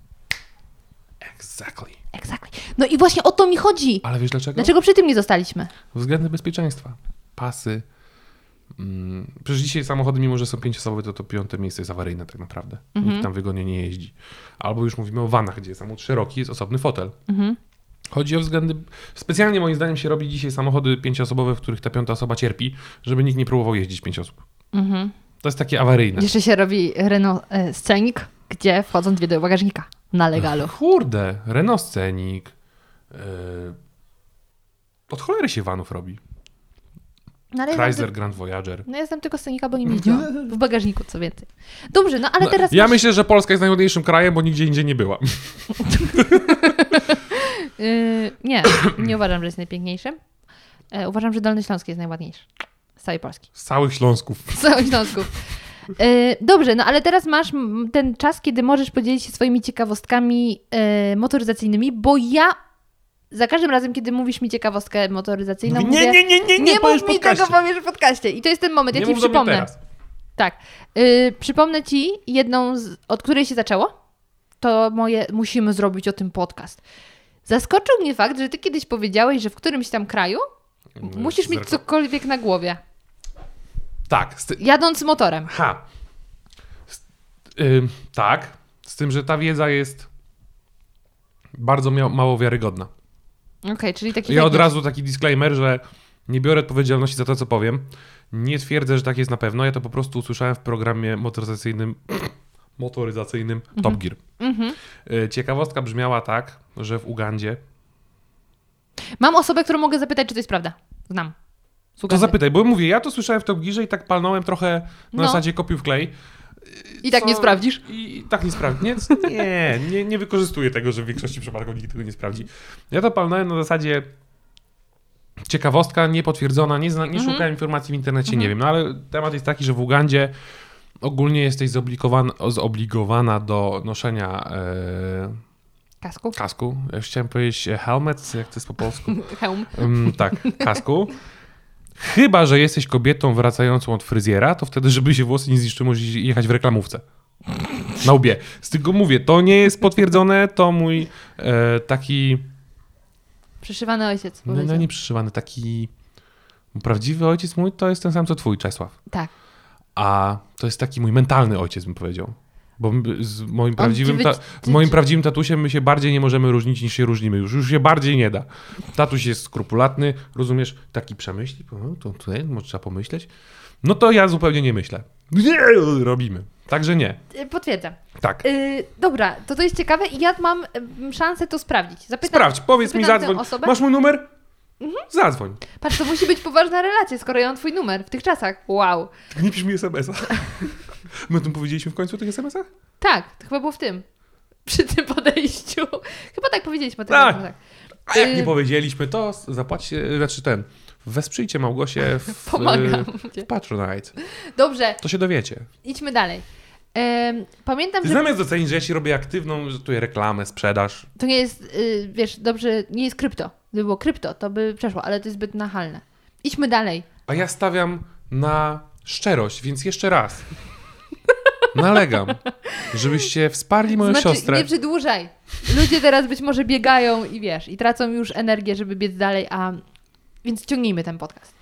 Speaker 1: Exactly.
Speaker 2: Exactly. No i właśnie o to mi chodzi.
Speaker 1: Ale wiesz dlaczego?
Speaker 2: Dlaczego przy tym nie zostaliśmy?
Speaker 1: Względy bezpieczeństwa. Pasy. Mm, Przecież dzisiaj samochody, mimo że są pięciosobowe, to to piąte miejsce jest awaryjne tak naprawdę.
Speaker 2: Mhm.
Speaker 1: Nikt tam wygodnie nie jeździ. Albo już mówimy o vanach, gdzie jest samochód szeroki, jest osobny fotel.
Speaker 2: Mhm.
Speaker 1: Chodzi o względy... Specjalnie moim zdaniem się robi dzisiaj samochody pięcioosobowe, w których ta piąta osoba cierpi, żeby nikt nie próbował jeździć pięć osób. Mhm. To jest takie awaryjne.
Speaker 2: Jeszcze się robi Renault e, scenik, gdzie wchodzą dwie do bagażnika na legalu.
Speaker 1: Kurde, Renault Scenic. Yy... Od cholery się vanów robi.
Speaker 2: No, ale ja znam
Speaker 1: Chrysler
Speaker 2: ty-
Speaker 1: Grand Voyager.
Speaker 2: No ja znam tylko scenika, bo nim jeździłam. W bagażniku, co więcej. Dobrze, no ale
Speaker 1: No,
Speaker 2: teraz...
Speaker 1: ja
Speaker 2: masz-
Speaker 1: myślę, że Polska jest najładniejszym krajem, bo nigdzie indziej nie była.
Speaker 2: Y, nie, nie uważam, że jest najpiękniejszy. E, uważam, że Dolny Śląsk jest najładniejszy. Z całej Polski.
Speaker 1: Z całych Śląsków.
Speaker 2: Z całych Śląsków. E, dobrze, no ale teraz masz m, ten czas, kiedy możesz podzielić się swoimi ciekawostkami e, motoryzacyjnymi, bo ja za każdym razem, kiedy mówisz mi ciekawostkę motoryzacyjną,
Speaker 1: Mówi,
Speaker 2: mówię...
Speaker 1: nie, nie,
Speaker 2: nie mów mi tego, powiesz w podcaście. I to jest ten moment, ja
Speaker 1: Nie
Speaker 2: ci
Speaker 1: mów do mnie
Speaker 2: przypomnę.
Speaker 1: teraz.
Speaker 2: Tak. Y, przypomnę ci jedną, z, od której się zaczęło. To moje musimy zrobić o tym podcast. Zaskoczył mnie fakt, że ty kiedyś powiedziałeś, że w którymś tam kraju
Speaker 1: No,
Speaker 2: musisz mieć
Speaker 1: Zerko-
Speaker 2: cokolwiek na głowie,
Speaker 1: Tak. Z ty...
Speaker 2: jadąc motorem.
Speaker 1: Ha. Z... Ym, tak. Z tym, że ta wiedza jest bardzo mia- mało wiarygodna.
Speaker 2: Okej, czyli taki.
Speaker 1: Ja
Speaker 2: fake
Speaker 1: od
Speaker 2: news.
Speaker 1: razu taki disclaimer, że Nie biorę odpowiedzialności za to, co powiem. Nie twierdzę, że tak jest na pewno. Ja to po prostu usłyszałem w programie motoryzacyjnym, motoryzacyjnym
Speaker 2: Mhm.
Speaker 1: Top Gear. Y, Ciekawostka brzmiała tak, że w Ugandzie.
Speaker 2: Mam osobę, którą mogę zapytać, czy to jest prawda. Znam.
Speaker 1: To
Speaker 2: Słuchaj.
Speaker 1: zapytaj, bo mówię, ja to słyszałem w Top Gearze i tak palnąłem trochę na
Speaker 2: No.
Speaker 1: zasadzie kopiuj w klej.
Speaker 2: I tak
Speaker 1: Co-
Speaker 2: nie sprawdzisz.
Speaker 1: I, i tak nie sprawdzi. Nie, nie, nie, nie wykorzystuję tego, że w większości przypadków nikt tego nie sprawdzi. Ja to palnąłem na zasadzie ciekawostka, niepotwierdzona, nie, zna, nie
Speaker 2: Mhm.
Speaker 1: szukałem informacji w internecie, nie wiem. No ale temat jest taki, że w Ugandzie ogólnie jesteś zobligowana, zobligowana do noszenia e,
Speaker 2: Kasku.
Speaker 1: kasku. Ja już chciałem powiedzieć e, helmet, jak to jest po polsku.
Speaker 2: Hełm.
Speaker 1: Mm, tak, kasku. Chyba, że jesteś kobietą wracającą od fryzjera, to wtedy, żeby się włosy nie zniszczyły, musisz jechać w reklamówce. Na łbie. Z tego mówię, to nie jest potwierdzone, to mój e, taki,
Speaker 2: Przyszywany ojciec.
Speaker 1: no, no
Speaker 2: powiedział.
Speaker 1: nie przyszywany, taki prawdziwy ojciec mój to jest ten sam, co twój, Czesław.
Speaker 2: Tak.
Speaker 1: A to jest taki mój mentalny ojciec, bym powiedział. Bo m- z moim prawdziwym,
Speaker 2: ci
Speaker 1: ta,
Speaker 2: wy- ci-
Speaker 1: moim
Speaker 2: ci-
Speaker 1: prawdziwym tatusiem my się bardziej nie możemy różnić niż się różnimy. Już, już się bardziej nie da. Tatuś jest skrupulatny, rozumiesz, taki przemyśli, o, to tutaj może trzeba pomyśleć. No to ja zupełnie nie myślę. Nie, robimy. Także nie.
Speaker 2: Y, Potwierdzam.
Speaker 1: Tak.
Speaker 2: Y, dobra, to to jest ciekawe i ja mam y, szansę to sprawdzić. Zapytam,
Speaker 1: Sprawdź, powiedz mi,
Speaker 2: zapytam
Speaker 1: zadzwoń.
Speaker 2: tę Osobę. Mhm.
Speaker 1: Masz mój numer? Zadzwoń.
Speaker 2: Patrz, to musi być poważna relacja, skoro ja mam twój numer w tych czasach. Wow.
Speaker 1: Nie pisz mi SMS-a. My o tym powiedzieliśmy w końcu o tych SMS-ach?
Speaker 2: Tak, to chyba było w tym. Przy tym podejściu. Chyba tak powiedzieliśmy.
Speaker 1: Tak.
Speaker 2: Tak. tak.
Speaker 1: A jak
Speaker 2: Y-
Speaker 1: nie powiedzieliśmy, to zapłaćcie, znaczy ten, wesprzyjcie Małgosię w,
Speaker 2: Pomagam
Speaker 1: w
Speaker 2: cię.
Speaker 1: Patronite.
Speaker 2: Dobrze,
Speaker 1: To się dowiecie.
Speaker 2: idźmy dalej. Ym, pamiętam,
Speaker 1: Ty
Speaker 2: że
Speaker 1: zamiast docenić, że ja ci robię aktywną, że tu jest reklamę, sprzedaż.
Speaker 2: to nie jest, y, wiesz, dobrze, nie jest krypto. Gdyby było krypto, to by przeszło, ale to jest zbyt nachalne. Idźmy dalej.
Speaker 1: A ja stawiam na szczerość, więc jeszcze raz. Nalegam, żebyście wsparli moją
Speaker 2: znaczy,
Speaker 1: siostrę.
Speaker 2: nie przedłużaj. Ludzie teraz być może biegają i wiesz, i tracą już energię, żeby biec dalej, a więc ciągnijmy ten podcast.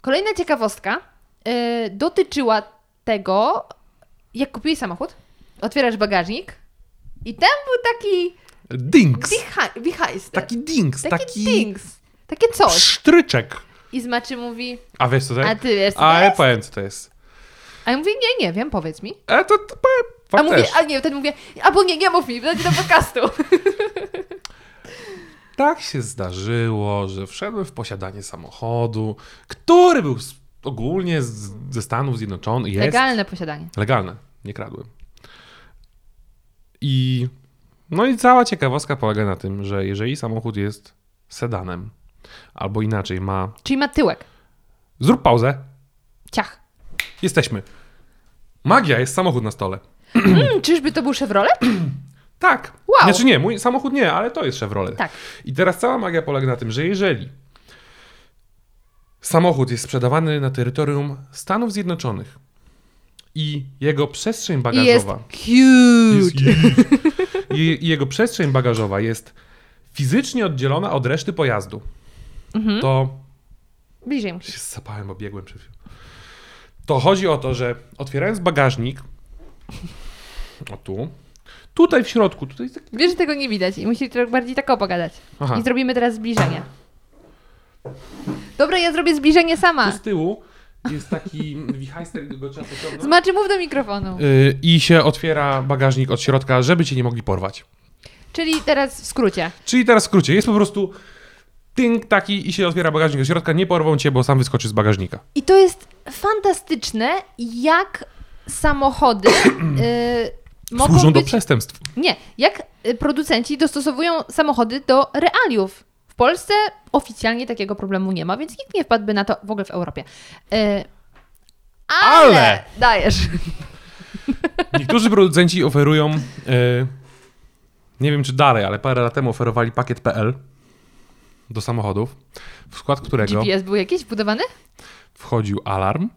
Speaker 2: Kolejna ciekawostka y, dotyczyła tego, jak kupiłeś samochód, otwierasz bagażnik i tam był taki
Speaker 1: Dinks.
Speaker 2: wicha- wichajster.
Speaker 1: Taki dinks,
Speaker 2: Takie
Speaker 1: taki,
Speaker 2: dings. Takie coś.
Speaker 1: psztryczek.
Speaker 2: I Zmaczy mówi,
Speaker 1: A wiesz co to
Speaker 2: a
Speaker 1: jest?
Speaker 2: ty wiesz co
Speaker 1: Tak. A
Speaker 2: to
Speaker 1: ja
Speaker 2: jest?
Speaker 1: powiem co to jest.
Speaker 2: A ja mówię, nie, nie wiem, powiedz mi.
Speaker 1: A to, to powiem
Speaker 2: A
Speaker 1: wam
Speaker 2: mówię,
Speaker 1: też.
Speaker 2: a nie, wtedy mówię, albo nie, nie mów mi, wtedy do podcastu.
Speaker 1: Tak się zdarzyło, że wszedłem w posiadanie samochodu, który był z, ogólnie z, ze Stanów Zjednoczonych. Jest
Speaker 2: Legalne posiadanie.
Speaker 1: Legalne, nie kradłem. I no i cała ciekawostka polega na tym, że jeżeli samochód jest sedanem, albo inaczej ma.
Speaker 2: Czyli ma tyłek.
Speaker 1: Zrób pauzę.
Speaker 2: Ciach.
Speaker 1: Jesteśmy. Magia jest samochód na stole.
Speaker 2: Hmm, czyżby to był Chevrolet?
Speaker 1: Tak.
Speaker 2: Wow.
Speaker 1: Znaczy nie, mój samochód nie, ale to jest Chevrolet.
Speaker 2: Tak.
Speaker 1: I teraz cała magia polega na tym, że jeżeli samochód jest sprzedawany na terytorium Stanów Zjednoczonych i jego przestrzeń
Speaker 2: I jest
Speaker 1: bagażowa
Speaker 2: huge.
Speaker 1: jest i- i jego przestrzeń bagażowa jest fizycznie oddzielona od reszty pojazdu,
Speaker 2: Mhm.
Speaker 1: to
Speaker 2: Bliżej musisz.
Speaker 1: się zapałem, bo biegłem przed chwilą. To chodzi o to, że otwierając bagażnik, o tu, tutaj w środku, tutaj jest taki,
Speaker 2: Wiesz, że tego nie widać i musisz trochę bardziej tak opogadać.
Speaker 1: Aha.
Speaker 2: I zrobimy teraz zbliżenie. Dobra, ja zrobię zbliżenie sama.
Speaker 1: tu z tyłu jest taki wichajster, go trzeba pociągnąć.
Speaker 2: Zmaczy, mów do mikrofonu.
Speaker 1: Yy, I się otwiera bagażnik od środka, żeby cię nie mogli porwać.
Speaker 2: Czyli teraz w skrócie.
Speaker 1: Czyli teraz w skrócie, jest po prostu tynk taki i się otwiera bagażnik od środka, nie porwą cię, bo sam wyskoczysz z bagażnika.
Speaker 2: I to jest fantastyczne, jak samochody y, mogą
Speaker 1: Służą do
Speaker 2: być...
Speaker 1: przestępstw.
Speaker 2: Nie, jak y, producenci dostosowują samochody do realiów. W Polsce oficjalnie takiego problemu nie ma, więc nikt nie wpadłby na to w ogóle w Europie. Y, ale,
Speaker 1: Ale!
Speaker 2: Dajesz.
Speaker 1: Niektórzy producenci oferują, e, nie wiem czy dalej, ale parę lat temu oferowali pakiet PL do samochodów, w skład którego
Speaker 2: GPS był jakiś wbudowany?
Speaker 1: wchodził alarm,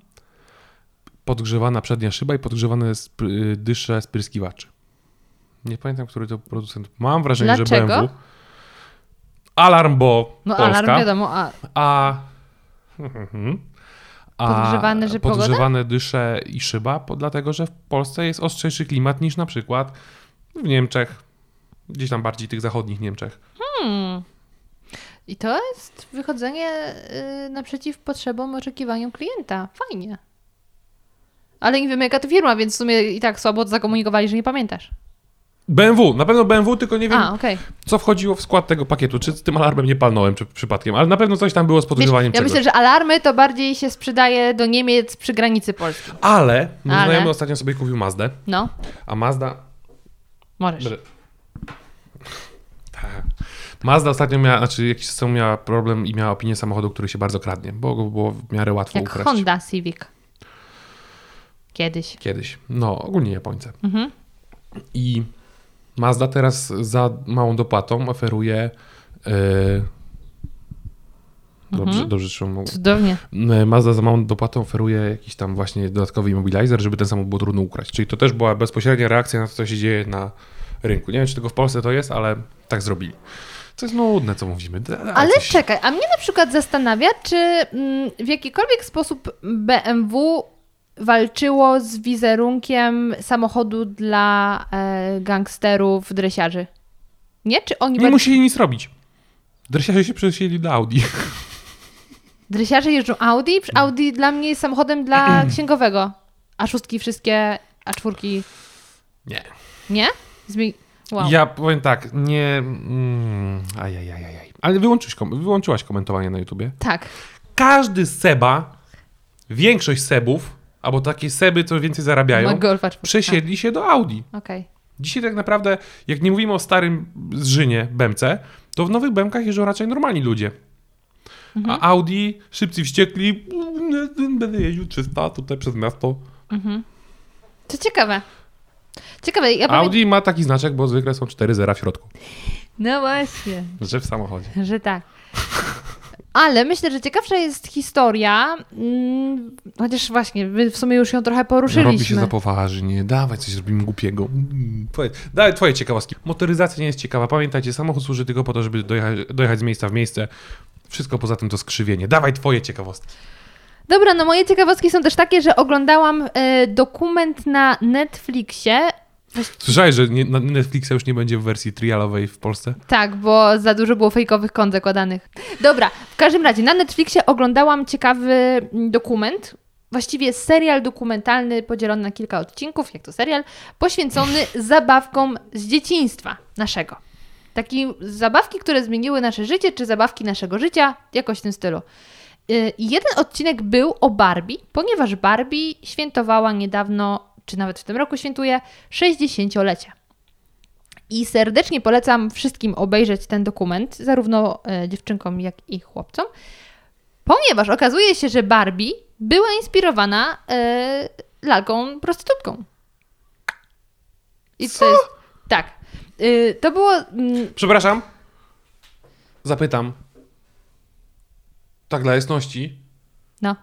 Speaker 1: podgrzewana przednia szyba i podgrzewane sp- y, dysze spryskiwaczy. Nie pamiętam, który to producent. Mam wrażenie, że
Speaker 2: Dlaczego?
Speaker 1: BMW. Alarm, bo
Speaker 2: No
Speaker 1: Polska.
Speaker 2: alarm wiadomo, a
Speaker 1: A, a
Speaker 2: Podgrzewane, że pogoda?
Speaker 1: podgrzewane dysze i szyba, po, dlatego że w Polsce jest ostrzejszy klimat niż na przykład w Niemczech, gdzieś tam bardziej tych zachodnich Niemczech.
Speaker 2: I to jest wychodzenie y, naprzeciw potrzebom, oczekiwaniom klienta. Fajnie. Ale nie wiemy, jaka to firma, więc w sumie i tak słabo zakomunikowali, że nie pamiętasz.
Speaker 1: BMW, na pewno BMW, tylko nie wiem,
Speaker 2: A, okej.
Speaker 1: co wchodziło w skład tego pakietu. Czy z tym alarmem nie palnąłem czy przypadkiem, ale na pewno coś tam było z
Speaker 2: Wiesz,
Speaker 1: podgrzewaniem
Speaker 2: Ja
Speaker 1: czegoś.
Speaker 2: myślę, że alarmy to bardziej się sprzedaje do Niemiec przy granicy Polski.
Speaker 1: Ale mój
Speaker 2: Ale.
Speaker 1: znajomy ostatnio sobie kupił Mazdę,
Speaker 2: No,
Speaker 1: a Mazda
Speaker 2: możesz.
Speaker 1: Bre- Tak. Mazda ostatnio miała, znaczy jakiś czas temu miała problem i miała opinię samochodu, który się bardzo kradnie, bo go było w miarę łatwo
Speaker 2: Jak
Speaker 1: ukraść.
Speaker 2: Honda Civic. Kiedyś. Mhm.
Speaker 1: Kiedyś. No, ogólnie Japońcy. I Mazda teraz za małą dopłatą oferuje yy,
Speaker 2: Mhm.
Speaker 1: Dobrze, dobrze trzymam. nogę.
Speaker 2: Cudownie.
Speaker 1: Yy, Mazda za małą dopłatą oferuje jakiś tam właśnie dodatkowy immobilizer, żeby ten samochód było trudno ukraść. Czyli to też była bezpośrednia reakcja na to, co się dzieje na rynku. Nie wiem, czy tego w Polsce to jest, ale tak zrobili. To jest nudne, co mówimy. Da- da-
Speaker 2: Ale
Speaker 1: coś-
Speaker 2: czekaj, a mnie na przykład zastanawia, czy mm, w jakikolwiek sposób BMW walczyło z wizerunkiem samochodu dla e, gangsterów, dresiarzy. Nie? Czy oni
Speaker 1: Nie
Speaker 2: bardziej-
Speaker 1: musieli nic robić. Dresiarze się przesiedli do Audi.
Speaker 2: Dresiarze jeżdżą Audi? Przy- Audi dla mnie jest samochodem dla księgowego. A szóstki wszystkie, a czwórki,
Speaker 1: Nie.
Speaker 2: nie? Zmi- wow.
Speaker 1: Ja powiem tak, nie... Mm, ajajajajaj. Ale wyłączyłeś, kom- wyłączyłaś komentowanie na YouTubie.
Speaker 2: Tak.
Speaker 1: Każdy seba, większość sebów, albo takie seby, co więcej
Speaker 2: Ma
Speaker 1: zarabiają,
Speaker 2: golfa czwórka.
Speaker 1: przesiedli się do Audi.
Speaker 2: A, Okej.
Speaker 1: Dzisiaj tak naprawdę, jak nie mówimy o starym zżynie, Bemce, to w nowych Bemkach jeżdżą raczej normalni ludzie. A Audi, szybcy wściekli, będę jeździł 300 tutaj przez miasto.
Speaker 2: To ciekawe. Ciekawe, ja powiem...
Speaker 1: Audi ma taki znaczek, bo zwykle są 4 zera w środku,
Speaker 2: No właśnie.
Speaker 1: że w samochodzie.
Speaker 2: Że tak. Ale myślę, że ciekawsza jest historia, mm, chociaż właśnie, my w sumie już ją trochę poruszyliśmy.
Speaker 1: Robi się za poważnie, dawaj coś zrobimy głupiego. Mm, Twoje, dawaj twoje ciekawostki. Motoryzacja nie jest ciekawa, pamiętajcie, samochód służy tylko po to, żeby dojechać, dojechać z miejsca w miejsce. Wszystko poza tym to skrzywienie. Dawaj twoje ciekawostki.
Speaker 2: Dobra, no moje ciekawostki są też takie, że oglądałam e, dokument na Netflixie.
Speaker 1: Słyszałeś, że nie, na Netflixa już nie będzie w wersji trialowej w Polsce?
Speaker 2: Tak, bo za dużo było fejkowych kont zakładanych. Dobra, w każdym razie na Netflixie oglądałam ciekawy mm, dokument, właściwie serial dokumentalny podzielony na kilka odcinków, jak to serial, poświęcony zabawkom z dzieciństwa naszego. Takie zabawki, które zmieniły nasze życie, czy zabawki naszego życia, jakoś w tym stylu. Yy, I jeden odcinek był o Barbie, ponieważ Barbie świętowała niedawno, czy nawet w tym roku świętuje, 60-lecie. I serdecznie polecam wszystkim obejrzeć ten dokument, zarówno e, dziewczynkom, jak i chłopcom, ponieważ okazuje się, że Barbie była inspirowana e, lalką prostytutką. I Co? to jest. Tak. Y, to było. Mm,
Speaker 1: Przepraszam. Zapytam. Tak dla jasności,
Speaker 2: no.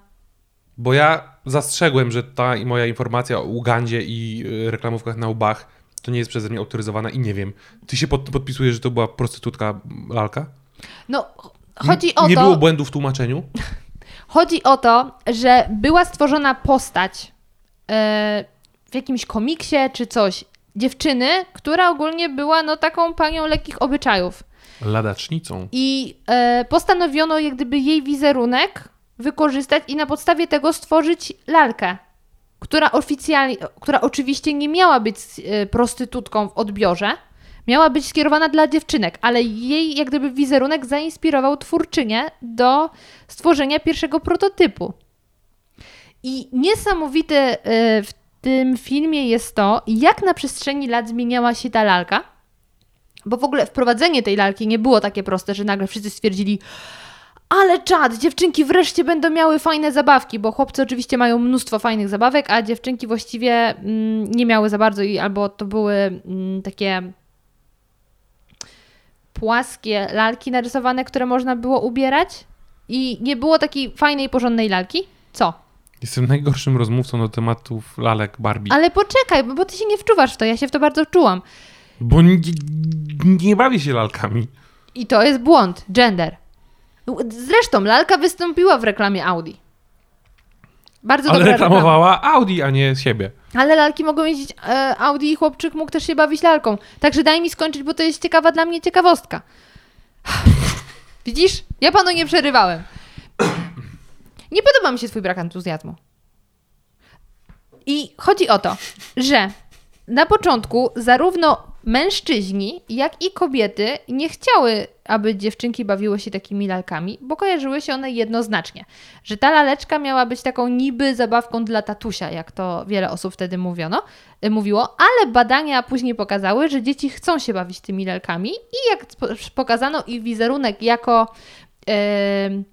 Speaker 1: bo ja zastrzegłem, że ta i moja informacja o Ugandzie i y, reklamówkach na łbach to nie jest przeze mnie autoryzowana i nie wiem. Ty się pod, podpisujesz, że to była prostytutka lalka?
Speaker 2: No, chodzi o
Speaker 1: nie
Speaker 2: to.
Speaker 1: było błędu w tłumaczeniu?
Speaker 2: Chodzi o to, że była stworzona postać e, w jakimś komiksie czy coś dziewczyny, która ogólnie była no taką panią lekkich obyczajów.
Speaker 1: Ladacznicą.
Speaker 2: I e, postanowiono jak gdyby jej wizerunek wykorzystać i na podstawie tego stworzyć lalkę, która oficjalnie, która oczywiście nie miała być e, prostytutką w odbiorze, miała być skierowana dla dziewczynek, ale jej jak gdyby wizerunek zainspirował twórczynię do stworzenia pierwszego prototypu. I niesamowite e, w tym filmie jest to, jak na przestrzeni lat zmieniała się ta lalka. Bo w ogóle wprowadzenie tej lalki nie było takie proste, że nagle wszyscy stwierdzili, ale czad, dziewczynki wreszcie będą miały fajne zabawki, bo chłopcy oczywiście mają mnóstwo fajnych zabawek, a dziewczynki właściwie mm, nie miały za bardzo i albo to były mm, takie płaskie lalki narysowane, które można było ubierać i nie było takiej fajnej, porządnej lalki. Co?
Speaker 1: Jestem najgorszym rozmówcą do tematów lalek Barbie.
Speaker 2: Ale poczekaj, bo bo ty się nie wczuwasz w to, ja się w to bardzo czułam.
Speaker 1: Bo nie, nie bawię się lalkami.
Speaker 2: I to jest błąd, gender. Zresztą lalka wystąpiła w reklamie Audi. Bardzo
Speaker 1: Ale
Speaker 2: dobra reklama.
Speaker 1: reklamowała Audi, a nie siebie.
Speaker 2: Ale lalki mogą jeździć e, Audi i chłopczyk mógł też się bawić lalką. Także daj mi skończyć, bo to jest ciekawa dla mnie ciekawostka. Widzisz? Ja panu nie przerywałem. Nie podoba mi się twój brak entuzjazmu. I chodzi o to, że na początku zarówno mężczyźni, jak i kobiety nie chciały, aby dziewczynki bawiły się takimi lalkami, bo kojarzyły się one jednoznacznie. Że ta laleczka miała być taką niby zabawką dla tatusia, jak to wiele osób wtedy mówiono, y, mówiło, ale badania później pokazały, że dzieci chcą się bawić tymi lalkami i jak spo- pokazano ich wizerunek jako em,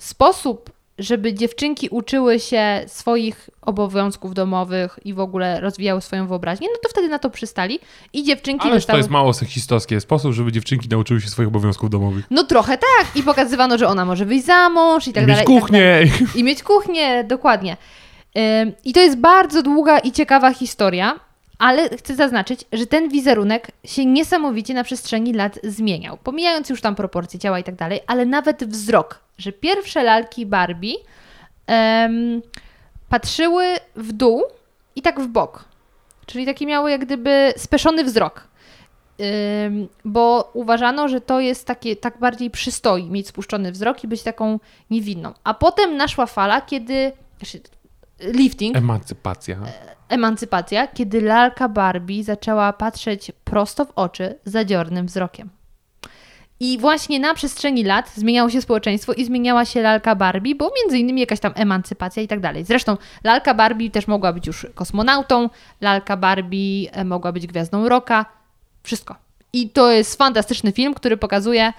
Speaker 2: sposób, żeby dziewczynki uczyły się swoich obowiązków domowych i w ogóle rozwijały swoją wyobraźnię, no to wtedy na to przystali i dziewczynki
Speaker 1: Ależ to
Speaker 2: dostały...
Speaker 1: jest mało seksistowskie. Sposób, żeby dziewczynki nauczyły się swoich obowiązków domowych.
Speaker 2: No trochę tak i pokazywano, że ona może wyjść za mąż i tak
Speaker 1: I
Speaker 2: dalej.
Speaker 1: mieć
Speaker 2: i tak
Speaker 1: kuchnię.
Speaker 2: i mieć kuchnię, dokładnie. Ym, I to jest bardzo długa i ciekawa historia, ale chcę zaznaczyć, że ten wizerunek się niesamowicie na przestrzeni lat zmieniał. Pomijając już tam proporcje ciała i tak dalej, ale nawet wzrok, że pierwsze lalki Barbie em, patrzyły w dół i tak w bok. Czyli taki miały jak gdyby speszony wzrok. Ym, bo uważano, że to jest takie, tak bardziej przystoi mieć spuszczony wzrok i być taką niewinną. A potem naszła fala, kiedy. znaczy, Lifting,
Speaker 1: Emancypacja.
Speaker 2: emancypacja, kiedy lalka Barbie zaczęła patrzeć prosto w oczy zadziornym wzrokiem. I właśnie na przestrzeni lat zmieniało się społeczeństwo i zmieniała się lalka Barbie, bo między innymi jakaś tam emancypacja i tak dalej. Zresztą lalka Barbie też mogła być już kosmonautą, lalka Barbie e, mogła być gwiazdą roka, wszystko. I to jest fantastyczny film, który pokazuje,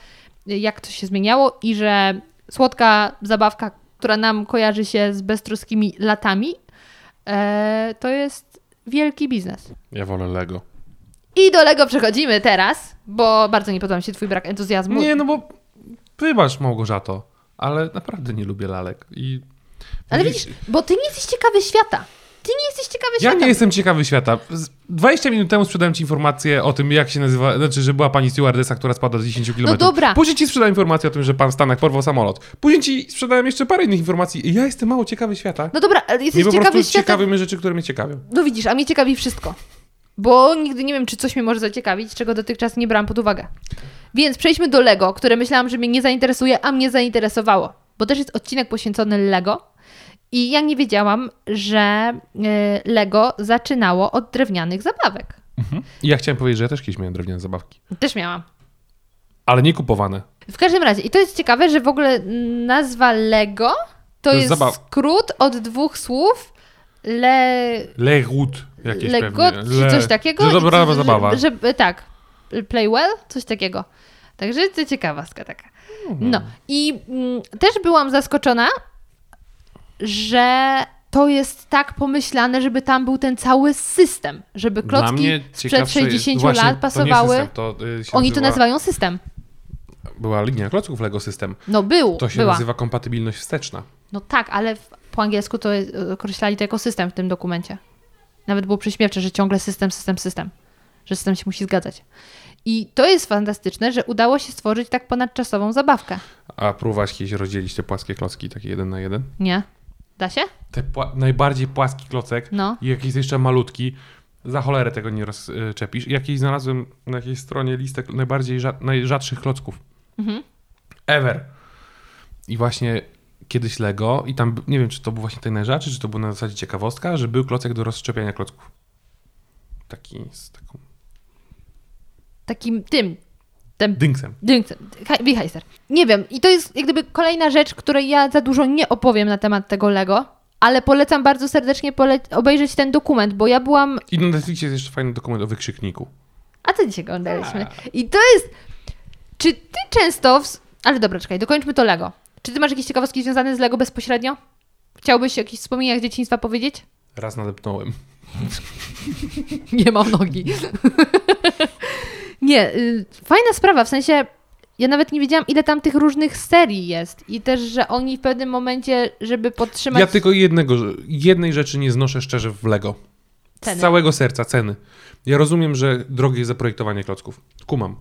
Speaker 2: y, jak to się zmieniało i że słodka zabawka, która nam kojarzy się z beztroskimi latami, e, to jest wielki biznes.
Speaker 1: Ja wolę Lego.
Speaker 2: I do Lego przechodzimy teraz, bo bardzo nie podoba mi się twój brak entuzjazmu.
Speaker 1: Nie, no bo wybacz Małgorzato, ale naprawdę nie lubię lalek. I
Speaker 2: Ale widzisz, bo ty nie jesteś ciekawy świata. Ty nie jesteś ciekawy
Speaker 1: Ja
Speaker 2: świata.
Speaker 1: nie jestem ciekawy świata. Z- 20 minut temu sprzedałem ci informację o tym, jak się nazywa, znaczy, że była pani stewardesa, która spadła z 10 km.
Speaker 2: No dobra.
Speaker 1: Później ci sprzedałem informację o tym, że pan w Stanach porwał samolot. Później ci sprzedałem jeszcze parę innych informacji. I Ja jestem mało ciekawy świata.
Speaker 2: No dobra, ale
Speaker 1: Nie
Speaker 2: jesteś
Speaker 1: po
Speaker 2: ciekawy
Speaker 1: prostu
Speaker 2: świata.
Speaker 1: ciekawy mnie rzeczy, które mnie ciekawią.
Speaker 2: No widzisz, a mnie ciekawi wszystko. Bo nigdy nie wiem, czy coś mnie może zaciekawić, czego dotychczas nie brałam pod uwagę. Więc przejdźmy do Lego, które myślałam, że mnie nie zainteresuje, a mnie zainteresowało. Bo też jest odcinek poświęcony Lego. I ja nie wiedziałam, że y, Lego zaczynało od drewnianych zabawek.
Speaker 1: I ja chciałem powiedzieć, że ja też kiedyś miałem drewniane zabawki.
Speaker 2: Też miałam.
Speaker 1: Ale nie kupowane.
Speaker 2: W każdym razie, i to jest ciekawe, że w ogóle nazwa Lego to,
Speaker 1: jest
Speaker 2: jest
Speaker 1: zabaw-
Speaker 2: skrót od dwóch słów le...
Speaker 1: Legut jakieś
Speaker 2: Lego,
Speaker 1: pewnie.
Speaker 2: czy
Speaker 1: Le-
Speaker 2: coś takiego.
Speaker 1: Że dobra
Speaker 2: I- że-
Speaker 1: zabawa.
Speaker 2: Że, że, tak, play well, coś takiego. Także to ciekawostka taka.
Speaker 1: Mhm.
Speaker 2: No i mm, też byłam zaskoczona, że to jest tak pomyślane, żeby tam był ten cały system, żeby
Speaker 1: Dla
Speaker 2: klocki
Speaker 1: mnie
Speaker 2: sprzed
Speaker 1: ciekawsze jest-
Speaker 2: 60
Speaker 1: właśnie,
Speaker 2: lat
Speaker 1: To nie
Speaker 2: pasowały.
Speaker 1: system, to, y, się
Speaker 2: Oni to
Speaker 1: nazywa-
Speaker 2: nazywają system.
Speaker 1: Była linia klocków Lego System.
Speaker 2: No był,
Speaker 1: To się
Speaker 2: była.
Speaker 1: nazywa kompatybilność wsteczna.
Speaker 2: No tak, ale w, po angielsku to jest- e, określali to jako system w tym dokumencie. Nawet było prześmiewcze, że ciągle system, system, system. Że system się musi zgadzać. I to jest fantastyczne, że udało się stworzyć tak ponadczasową zabawkę.
Speaker 1: A próbować kiedyś rozdzielić te płaskie klocki, takie jeden na jeden?
Speaker 2: Nie? Da się?
Speaker 1: Te pła- najbardziej płaski klocek,
Speaker 2: No.
Speaker 1: i jakiś jeszcze malutki, za cholerę tego nie rozczepisz. Jakiś znalazłem na jakiejś stronie listę kl- najbardziej rza- najrzadszych klocków. Ever. I właśnie kiedyś Lego i tam, b- nie wiem, czy to był właśnie ten najrzadszy, czy to był na zasadzie ciekawostka, że był klocek do rozszczepiania klocków. Taki z taką
Speaker 2: Takim tym. Tym.
Speaker 1: dynksem.
Speaker 2: Dynksem. Haj- Wichajser. Nie wiem. I to jest jak gdyby kolejna rzecz, której ja za dużo nie opowiem na temat tego Lego, ale polecam bardzo serdecznie pole- obejrzeć ten dokument, bo ja byłam
Speaker 1: I na Netflixie jest jeszcze fajny dokument o wykrzykniku.
Speaker 2: A co dzisiaj oglądaliśmy? I to jest. Czy ty często. W... Ale dobra, czekaj, dokończmy to Lego. Czy ty masz jakieś ciekawostki związane z Lego bezpośrednio? Chciałbyś o jakichś wspomnieniach dzieciństwa powiedzieć?
Speaker 1: Raz nadepnąłem.
Speaker 2: Nie mam nogi. nie, y, fajna sprawa, w sensie ja nawet nie wiedziałam, ile tam tych różnych serii jest. I też, że oni w pewnym momencie, żeby podtrzymać.
Speaker 1: Ja tylko jednego, jednej rzeczy nie znoszę szczerze w Lego.
Speaker 2: Ceny.
Speaker 1: Z całego serca ceny. Ja rozumiem, że drogie jest zaprojektowanie klocków. Kumam.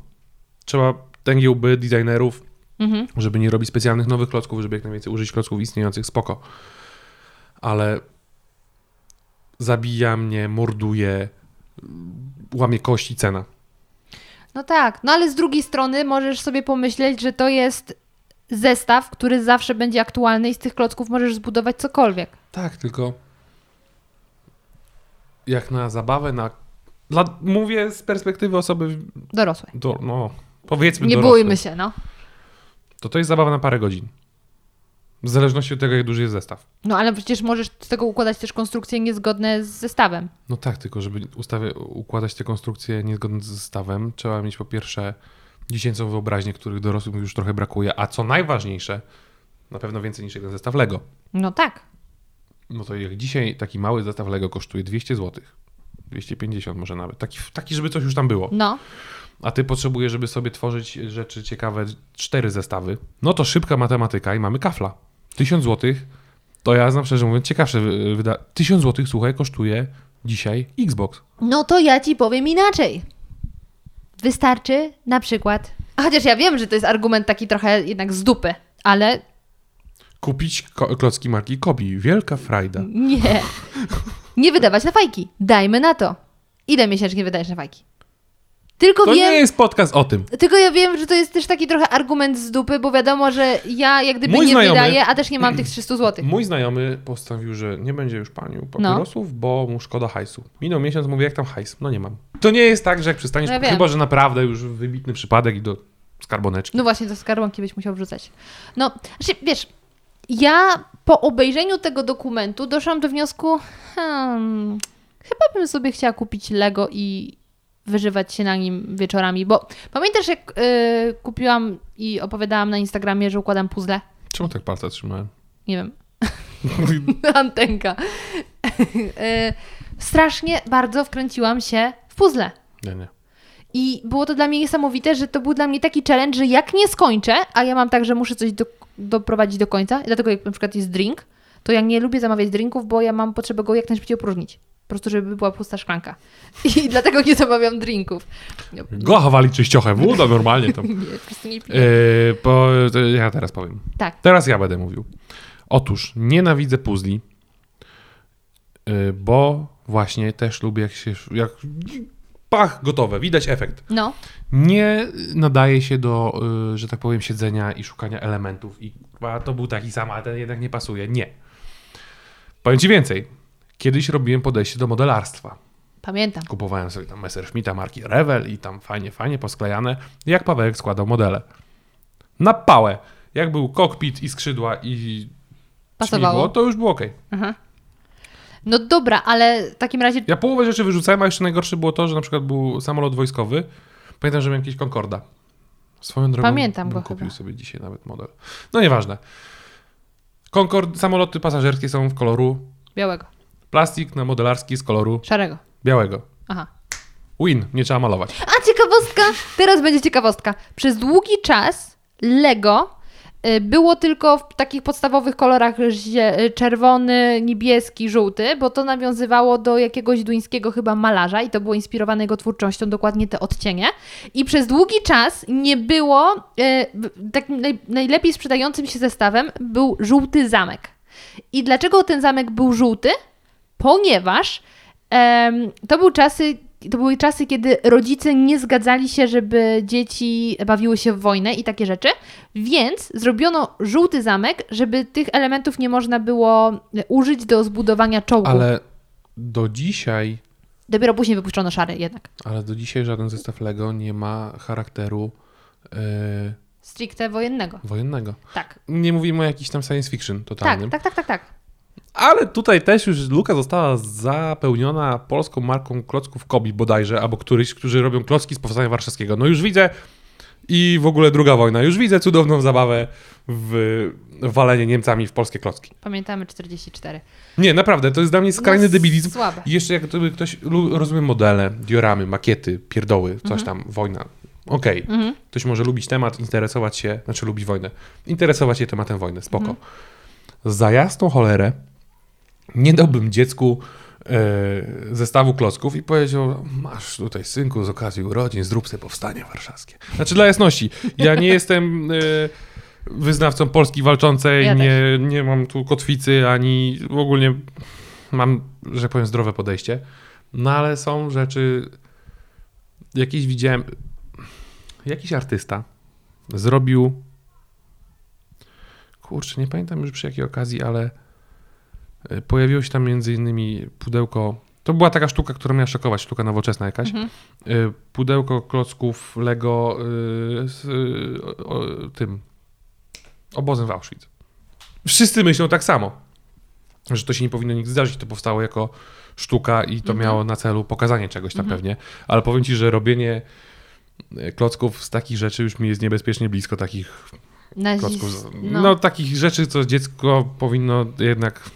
Speaker 1: Trzeba tęgie łby designerów,
Speaker 2: Mhm.
Speaker 1: żeby nie robić specjalnych nowych klocków, żeby jak najwięcej użyć klocków istniejących, spoko. Ale zabija mnie, morduje, łamie kości cena.
Speaker 2: No tak, no ale z drugiej strony możesz sobie pomyśleć, że to jest zestaw, który zawsze będzie aktualny i z tych klocków możesz zbudować cokolwiek.
Speaker 1: Tak, tylko jak na zabawę, na... Dla... Mówię z perspektywy osoby, w-
Speaker 2: Dorosłe.
Speaker 1: do... no, powiedzmy
Speaker 2: Nie
Speaker 1: dorosłej.
Speaker 2: bójmy się, no.
Speaker 1: To to jest zabawa na parę godzin. W zależności od tego, jak duży jest zestaw.
Speaker 2: No ale przecież możesz z tego układać też konstrukcje niezgodne z zestawem.
Speaker 1: No tak, tylko żeby ustawia- układać te konstrukcje niezgodne z zestawem, trzeba mieć po pierwsze dziecięcą wyobraźnię, których dorosłym już trochę brakuje, a co najważniejsze, na pewno więcej niż jeden zestaw Lego.
Speaker 2: No tak.
Speaker 1: No to jak dzisiaj taki mały zestaw Lego kosztuje 200 zł, 250 może nawet, taki, taki żeby coś już tam było,
Speaker 2: No.
Speaker 1: a ty potrzebujesz, żeby sobie tworzyć rzeczy ciekawe, cztery zestawy, no to szybka matematyka i mamy kafla. 1000 zł, to ja znam szczerze mówiąc ciekawsze wy- wyda... 1000 zł, słuchaj, kosztuje dzisiaj Xbox.
Speaker 2: No to ja ci powiem inaczej. Wystarczy na przykład. A chociaż ja wiem, że to jest argument taki trochę jednak z dupy, ale
Speaker 1: Kupić ko- klocki marki Kobi. Wielka frajda.
Speaker 2: nie. Nie wydawać na fajki. Dajmy na to. Ile miesięcznie wydajesz na fajki? Tylko
Speaker 1: To
Speaker 2: wiem,
Speaker 1: nie jest podcast o tym.
Speaker 2: tylko ja wiem, że to jest też taki trochę argument z dupy, bo wiadomo, że ja jak gdyby
Speaker 1: Mój
Speaker 2: nie
Speaker 1: znajomy-
Speaker 2: wydaję, a też nie mam tych 300 zł.
Speaker 1: Mój znajomy postanowił, że nie będzie już
Speaker 2: No.
Speaker 1: palił papierosów, bo mu szkoda hajsu. Minął miesiąc, mówię, jak tam hajs? No nie mam. To nie jest tak, że jak przystaniesz,
Speaker 2: No ja wiem.
Speaker 1: chyba że naprawdę już wybitny przypadek i do skarboneczki.
Speaker 2: No właśnie, do skarbonki byś musiał wrzucać. No, znaczy, wiesz, ja po obejrzeniu tego dokumentu doszłam do wniosku, hmm, chyba bym sobie chciała kupić Lego i wyżywać się na nim wieczorami, bo pamiętasz, jak y, kupiłam i opowiadałam na Instagramie, że układam puzzle?
Speaker 1: Czemu tak palca trzymałem?
Speaker 2: Nie wiem. Antenka. Y, Strasznie bardzo wkręciłam się w puzzle.
Speaker 1: nie, nie.
Speaker 2: I było to dla mnie niesamowite, że to był dla mnie taki challenge, że jak nie skończę, a ja mam tak, że muszę coś do, doprowadzić do końca, dlatego jak na przykład jest drink, to ja nie lubię zamawiać drinków, bo ja mam potrzebę go jak najszybciej opróżnić. Po prostu, żeby była pusta szklanka. I dlatego nie zamawiam drinków. No,
Speaker 1: Gocha wali czyściochę, wóda normalnie tam.
Speaker 2: nie, po prostu nie piję.
Speaker 1: Yy, po, to ja teraz powiem.
Speaker 2: Tak.
Speaker 1: Teraz ja będę mówił. Otóż nienawidzę puzli, yy, bo właśnie też lubię jak się... Jak... Pach, gotowe, widać efekt.
Speaker 2: No,
Speaker 1: Nie nadaje się do, yy, że tak powiem, siedzenia i szukania elementów. I a to był taki sam, a ten jednak nie pasuje. Nie. Powiem ci więcej. Kiedyś robiłem podejście do modelarstwa.
Speaker 2: pamiętam.
Speaker 1: Kupowałem sobie tam Messerschmitta marki Rewel i tam fajnie, fajnie posklejane, jak Pawełek składał modele. Na pałę. Jak był kokpit i skrzydła i
Speaker 2: Pasowało.
Speaker 1: śmigło, to już było ok.
Speaker 2: No dobra, ale w takim razie...
Speaker 1: Ja połowę rzeczy wyrzucałem, a jeszcze najgorsze było to, że na przykład był samolot wojskowy. Pamiętam, że miałem jakiś Concorda. Swoją drogą
Speaker 2: Pamiętam
Speaker 1: bym
Speaker 2: go
Speaker 1: kupił
Speaker 2: chyba.
Speaker 1: sobie dzisiaj nawet model. No nieważne. Concorde, samoloty pasażerskie są w koloru
Speaker 2: Białego.
Speaker 1: plastik, na modelarski z koloru
Speaker 2: Szarego.
Speaker 1: białego.
Speaker 2: Aha.
Speaker 1: Win, nie trzeba malować.
Speaker 2: A ciekawostka! Teraz będzie ciekawostka. Przez długi czas Lego y, było tylko w takich podstawowych kolorach zie- y, czerwony, niebieski, żółty, bo to nawiązywało do jakiegoś duńskiego chyba malarza i to było inspirowane jego twórczością, dokładnie te odcienie. I przez długi czas nie było, y, w- takim naj, najlepiej sprzedającym się zestawem był żółty zamek. I dlaczego ten zamek był żółty? Ponieważ em, to, był czasy, to były czasy, kiedy rodzice nie zgadzali się, żeby dzieci bawiły się w wojnę i takie rzeczy, więc zrobiono żółty zamek, żeby tych elementów nie można było użyć do zbudowania czołgu.
Speaker 1: Ale do dzisiaj
Speaker 2: Dopiero później wypuszczono szary jednak.
Speaker 1: Ale do dzisiaj żaden zestaw Lego nie ma charakteru e,
Speaker 2: Stricte wojennego.
Speaker 1: wojennego.
Speaker 2: Tak.
Speaker 1: Nie mówimy o jakiś tam science fiction
Speaker 2: Tak,
Speaker 1: totalnym.
Speaker 2: tak, tak, tak, tak.
Speaker 1: Ale tutaj też już luka została zapełniona polską marką klocków Kobi bodajże, albo któryś, którzy robią klocki z Powstania Warszawskiego. No już widzę i w ogóle druga wojna. Już widzę cudowną zabawę w walenie Niemcami w polskie klocki.
Speaker 2: Pamiętamy 44.
Speaker 1: Nie, naprawdę, to jest dla mnie skrajny
Speaker 2: No,
Speaker 1: debilizm.
Speaker 2: słabe.
Speaker 1: I jeszcze jak gdyby ktoś lu- rozumie modele, dioramy, makiety, pierdoły, coś
Speaker 2: Mhm.
Speaker 1: tam, wojna. Okej, ktoś może lubić temat, interesować się, znaczy lubi wojnę, interesować się tematem wojny, spoko. Za jasną cholerę nie dałbym dziecku e, zestawu klocków i powiedział, masz tutaj synku z okazji urodzin, zrób sobie powstanie warszawskie. Znaczy dla jasności, ja nie jestem... E, Wyznawcą Polski walczącej,
Speaker 2: Ja
Speaker 1: nie, nie mam tu kotwicy ani ogólnie mam, że powiem, zdrowe podejście. No ale są rzeczy, jakieś widziałem, Jakiś artysta zrobił. Kurczę, nie pamiętam już przy jakiej okazji, ale y, pojawiło się tam między innymi pudełko. To była taka sztuka, która miała szokować, sztuka nowoczesna jakaś. Y, Pudełko klocków Lego y, z y, o, o, tym obozem w Auschwitz. Wszyscy myślą tak samo, że to się nie powinno nigdy zdarzyć. To powstało jako sztuka i to miało na celu pokazanie czegoś tam pewnie. Ale powiem ci, że robienie y, klocków z takich rzeczy już mi jest niebezpiecznie blisko takich
Speaker 2: Nazis...
Speaker 1: klocków. z-
Speaker 2: no.
Speaker 1: No,
Speaker 2: No,
Speaker 1: takich rzeczy, co dziecko powinno jednak w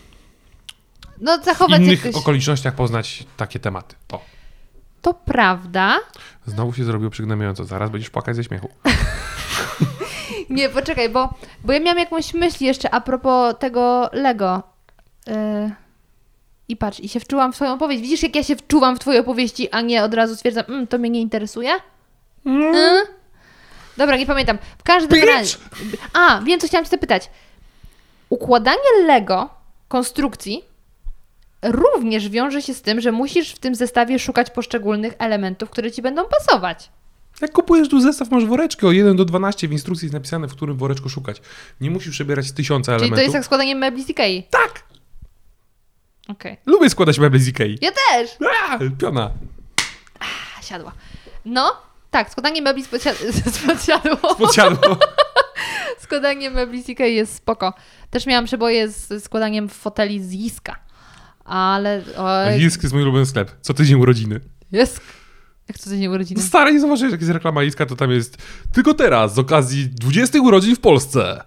Speaker 2: no, zachować
Speaker 1: innych
Speaker 2: jakoś...
Speaker 1: okolicznościach poznać takie tematy. O,
Speaker 2: To prawda.
Speaker 1: znowu się zrobiło przygnębiająco. Zaraz będziesz płakać ze śmiechu.
Speaker 2: Nie, poczekaj, bo, bo ja miałam jakąś myśl jeszcze a propos tego Lego. Y, I patrz, i się wczułam w swoją opowieść. Widzisz, jak ja się wczuwam w twoje opowieści, a nie od razu stwierdzam, mm, to mnie nie interesuje? Mm. Dobra, nie pamiętam. W każdym razie... A, wiem, co chciałam cię zapytać. Układanie Lego konstrukcji również wiąże się z tym, że musisz w tym zestawie szukać poszczególnych elementów, które ci będą pasować.
Speaker 1: Jak kupujesz tu zestaw, masz woreczki od 1 do 12 w instrukcji jest napisane, w którym woreczku szukać. Nie musisz przebierać tysiąca
Speaker 2: Czyli
Speaker 1: elementów.
Speaker 2: to jest jak składanie mebli z Ikei.
Speaker 1: Tak!
Speaker 2: Okej.
Speaker 1: Lubię składać meble z Ikei.
Speaker 2: Ja też!
Speaker 1: A, piona.
Speaker 2: A, siadła. No, tak, składanie mebli z podsia- z podsiadło.
Speaker 1: Podsiadło.
Speaker 2: Składanie mebli z Ikei jest spoko. Też miałam przeboje z składaniem foteli z Jiska. Ale... Oj,
Speaker 1: Jisk jest mój ulubiony sklep. Co tydzień urodziny.
Speaker 2: Jisk. Jak co tydzień urodziny.
Speaker 1: No stary, nie zobaczyłeś, jak jest reklama Iska, to tam jest tylko teraz, z okazji 20 urodzin w Polsce.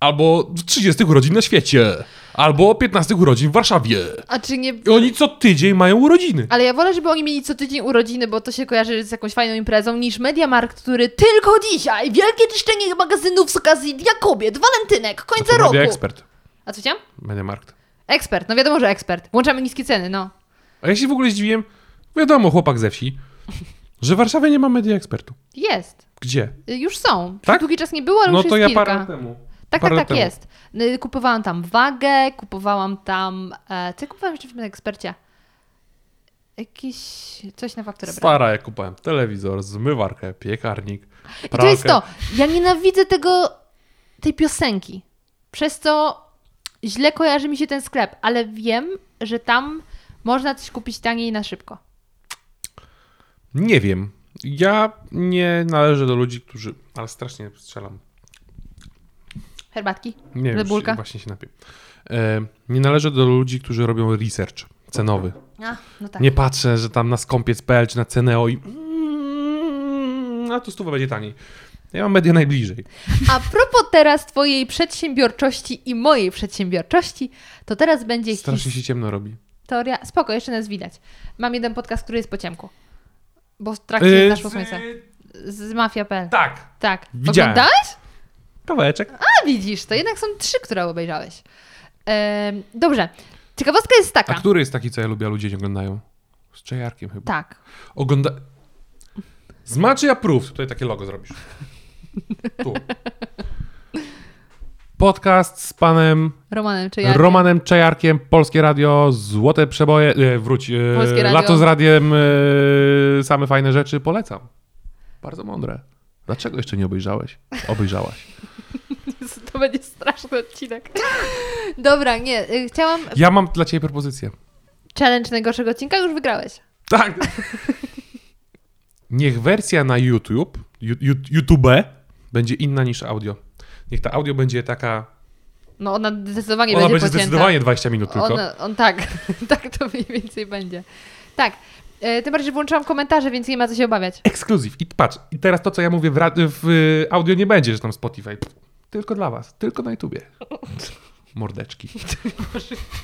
Speaker 1: Albo 30 urodzin na świecie. Albo 15 urodzin w Warszawie.
Speaker 2: A czy nie...
Speaker 1: I oni co tydzień mają urodziny.
Speaker 2: Ale ja wolę, żeby oni mieli co tydzień urodziny, bo to się kojarzy z jakąś fajną imprezą, niż Mediamarkt, który tylko dzisiaj wielkie czyszczenie magazynów z okazji Dnia Kobiet, Walentynek, końca
Speaker 1: No to
Speaker 2: roku.
Speaker 1: robi ekspert.
Speaker 2: A co chciałam?
Speaker 1: Będę markt.
Speaker 2: Ekspert, no wiadomo, że ekspert. Włączamy niskie ceny, no.
Speaker 1: A ja się w ogóle zdziwiłem, wiadomo, chłopak ze wsi, że w Warszawie nie ma media ekspertu.
Speaker 2: Jest.
Speaker 1: Gdzie?
Speaker 2: Y, Już są. Przez
Speaker 1: Tak?
Speaker 2: Długi czas nie było, ale
Speaker 1: No
Speaker 2: już
Speaker 1: to
Speaker 2: jest
Speaker 1: ja
Speaker 2: kilka.
Speaker 1: parę lat temu.
Speaker 2: tak,
Speaker 1: parę
Speaker 2: tak,
Speaker 1: lat
Speaker 2: tak
Speaker 1: temu.
Speaker 2: jest. Y, Kupowałam tam wagę, kupowałam tam... E, co ja kupowałam jeszcze w tym ekspercie? Jakiś... coś na fakturę brałam.
Speaker 1: Stara, jak kupałem telewizor, zmywarkę, piekarnik, pralkę.
Speaker 2: I to jest to. Ja nienawidzę tego... tej piosenki. Przez co źle kojarzy mi się ten sklep, ale wiem, że tam można coś kupić taniej na szybko.
Speaker 1: Nie wiem. Ja nie należę do ludzi, którzy... Ale strasznie strzelam.
Speaker 2: Herbatki?
Speaker 1: Nie wiem,
Speaker 2: Cebulka?
Speaker 1: czy- właśnie się napię. E, nie należę do ludzi, którzy robią research cenowy.
Speaker 2: A, no tak.
Speaker 1: Nie patrzę, że tam na skąpiec.pl czy na Ceneo i mm, a to stuwa będzie taniej. Ja mam media najbliżej.
Speaker 2: A propos teraz twojej przedsiębiorczości i mojej przedsiębiorczości, to teraz będzie
Speaker 1: Strasznie się ciemno robi.
Speaker 2: historia... Spoko, jeszcze nas widać. Mam jeden podcast, który jest po ciemku. Bo w trakcie
Speaker 1: E,
Speaker 2: naszło
Speaker 1: z-
Speaker 2: słońce. Z Mafia.pl.
Speaker 1: Tak,
Speaker 2: Tak.
Speaker 1: Widziałem.
Speaker 2: Oglądałeś?
Speaker 1: kawałeczek.
Speaker 2: A widzisz, to jednak są trzy, które obejrzałeś. Em, dobrze. Ciekawostka jest
Speaker 1: A
Speaker 2: taka.
Speaker 1: który jest taki, co ja lubię, a ludzie nie oglądają? Z Czejarkiem chyba.
Speaker 2: Tak.
Speaker 1: Ogląda... Zmaczy approve. Tutaj takie logo zrobisz. Tu. Podcast z panem
Speaker 2: Romanem, czy ja?
Speaker 1: Romanem Czajarkiem, Polskie Radio, Złote Przeboje, e, wróć, e,
Speaker 2: Polskie Radio.
Speaker 1: Lato z Radiem, e, same fajne rzeczy, polecam. Bardzo mądre. Dlaczego jeszcze nie obejrzałeś? Obejrzałaś.
Speaker 2: To będzie straszny odcinek. Dobra, nie. y, Chciałam...
Speaker 1: Ja mam dla ciebie propozycję.
Speaker 2: Challenge najgorszego odcinka już wygrałeś.
Speaker 1: Tak. Niech wersja na YouTube, ju, ju, YouTube, będzie inna niż audio. Niech ta audio będzie taka,
Speaker 2: No ona zdecydowanie
Speaker 1: ona
Speaker 2: będzie
Speaker 1: będzie
Speaker 2: pocięta.
Speaker 1: zdecydowanie 20 minut tylko.
Speaker 2: On, on tak, tak to mniej więcej będzie. Tak. E, Tym bardziej, że włączyłam komentarze, więc nie ma co się obawiać.
Speaker 1: Ekskluzyw. I patrz, i teraz to, co ja mówię w, ra- w y, audio nie będzie, że tam Spotify. Pff, Tylko dla was, tylko na YouTubie. Mordeczki.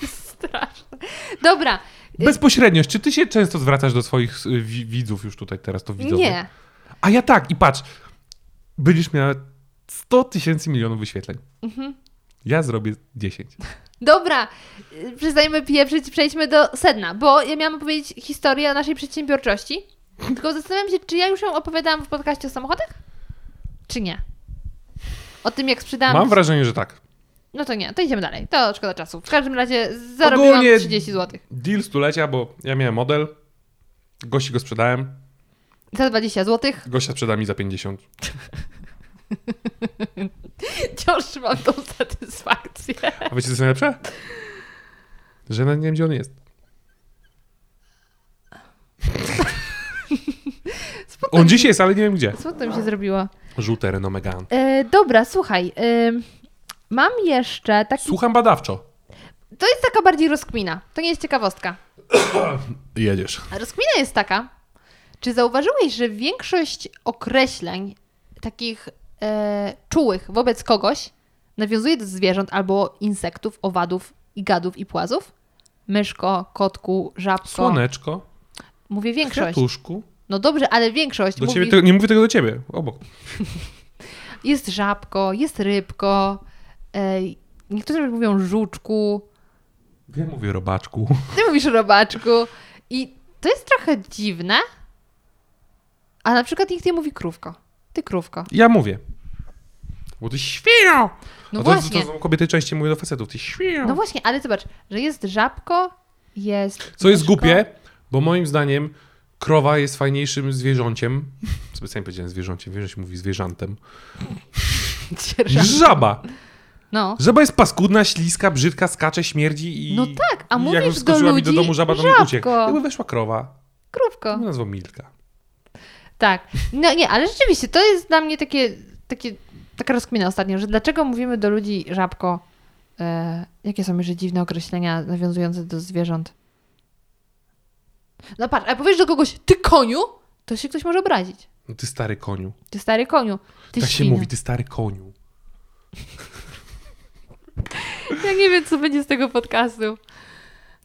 Speaker 2: Straszne. Dobra,
Speaker 1: Bezpośredniość. Czy ty się często zwracasz do swoich y, wi- widzów już tutaj teraz, to widzowie?
Speaker 2: nie.
Speaker 1: A ja tak, i patrz, będziesz miała 100 tysięcy milionów wyświetleń. Ja zrobię 10.
Speaker 2: Dobra, e, przestajemy pieprzyć, przejdźmy do sedna, bo ja miałam opowiedzieć historię o naszej przedsiębiorczości. Tylko zastanawiam się, czy ja już ją opowiadałam w podcaście o samochodach? Czy nie? O tym, jak sprzedałam.
Speaker 1: Mam wrażenie, że tak.
Speaker 2: No to nie, to idziemy dalej. To szkoda czasu. W każdym razie zarobiłam
Speaker 1: Ogólnie-
Speaker 2: 30 zł.
Speaker 1: Deal stulecia, bo ja miałem model, gości go sprzedałem,
Speaker 2: Za 20 zł.
Speaker 1: Gosia sprzeda mi za 50.
Speaker 2: Wciąż mam tą satysfakcję.
Speaker 1: A wiecie, co jest najlepsze? Że nawet nie wiem, gdzie on jest. On dzisiaj jest, ale nie wiem gdzie.
Speaker 2: Smutno mi się zrobiło.
Speaker 1: Żółte Renault Megane.
Speaker 2: E, dobra, słuchaj. E, mam jeszcze taki.
Speaker 1: Słucham badawczo.
Speaker 2: To jest taka bardziej rozkmina. To nie jest ciekawostka.
Speaker 1: Jedziesz.
Speaker 2: A Rozkmina jest taka. Czy zauważyłeś, że większość określeń takich e, czułych wobec kogoś nawiązuje do zwierząt albo insektów, owadów i gadów i płazów? Myszko, kotku, żabko.
Speaker 1: Słoneczko,
Speaker 2: Mówię większość.
Speaker 1: kwiatuszku.
Speaker 2: No dobrze, ale większość.
Speaker 1: Do
Speaker 2: mówi,
Speaker 1: ciebie, tego- nie mówię tego do ciebie, obok.
Speaker 2: Jest żabko, jest rybko. E, niektórzy nawet mówią żuczku.
Speaker 1: Ja mówię robaczku.
Speaker 2: Ty mówisz robaczku. I to jest trochę dziwne. A na przykład nikt nie mówi krówko. Ty krówko.
Speaker 1: Ja mówię. Bo ty świnio!
Speaker 2: No
Speaker 1: A to,
Speaker 2: właśnie.
Speaker 1: To, to kobiety częściej mówią do facetów, ty świnio.
Speaker 2: No właśnie, ale zobacz, że jest żabko, jest.
Speaker 1: Co jest
Speaker 2: myszko.
Speaker 1: głupie, bo moim zdaniem krowa jest fajniejszym zwierząciem. Specjalnie powiedziałem zwierząciem, wiem, że się mówi zwierzętem.
Speaker 2: Dzierża-
Speaker 1: Żaba!
Speaker 2: No.
Speaker 1: Żaba jest paskudna, śliska, brzydka, skacze, śmierdzi i...
Speaker 2: No tak, a
Speaker 1: i
Speaker 2: mówisz
Speaker 1: jakby
Speaker 2: do
Speaker 1: wskoczyła mi do
Speaker 2: ludzi,
Speaker 1: domu żaba, to
Speaker 2: żabko.
Speaker 1: mi uciekł. Jakby weszła krowa,
Speaker 2: Krówko.
Speaker 1: to nazwą Milka.
Speaker 2: Tak. No nie, ale rzeczywiście to jest dla mnie takie, takie taka rozkmina ostatnio, że dlaczego mówimy do ludzi żabko. E, jakie są jeszcze dziwne określenia nawiązujące do zwierząt? No patrz, a powiesz do kogoś, ty koniu, to się ktoś może obrazić.
Speaker 1: No ty stary koniu.
Speaker 2: Ty stary koniu, ty
Speaker 1: tak
Speaker 2: świnio.
Speaker 1: się mówi, ty stary koniu.
Speaker 2: Ja nie wiem, co będzie z tego podcastu.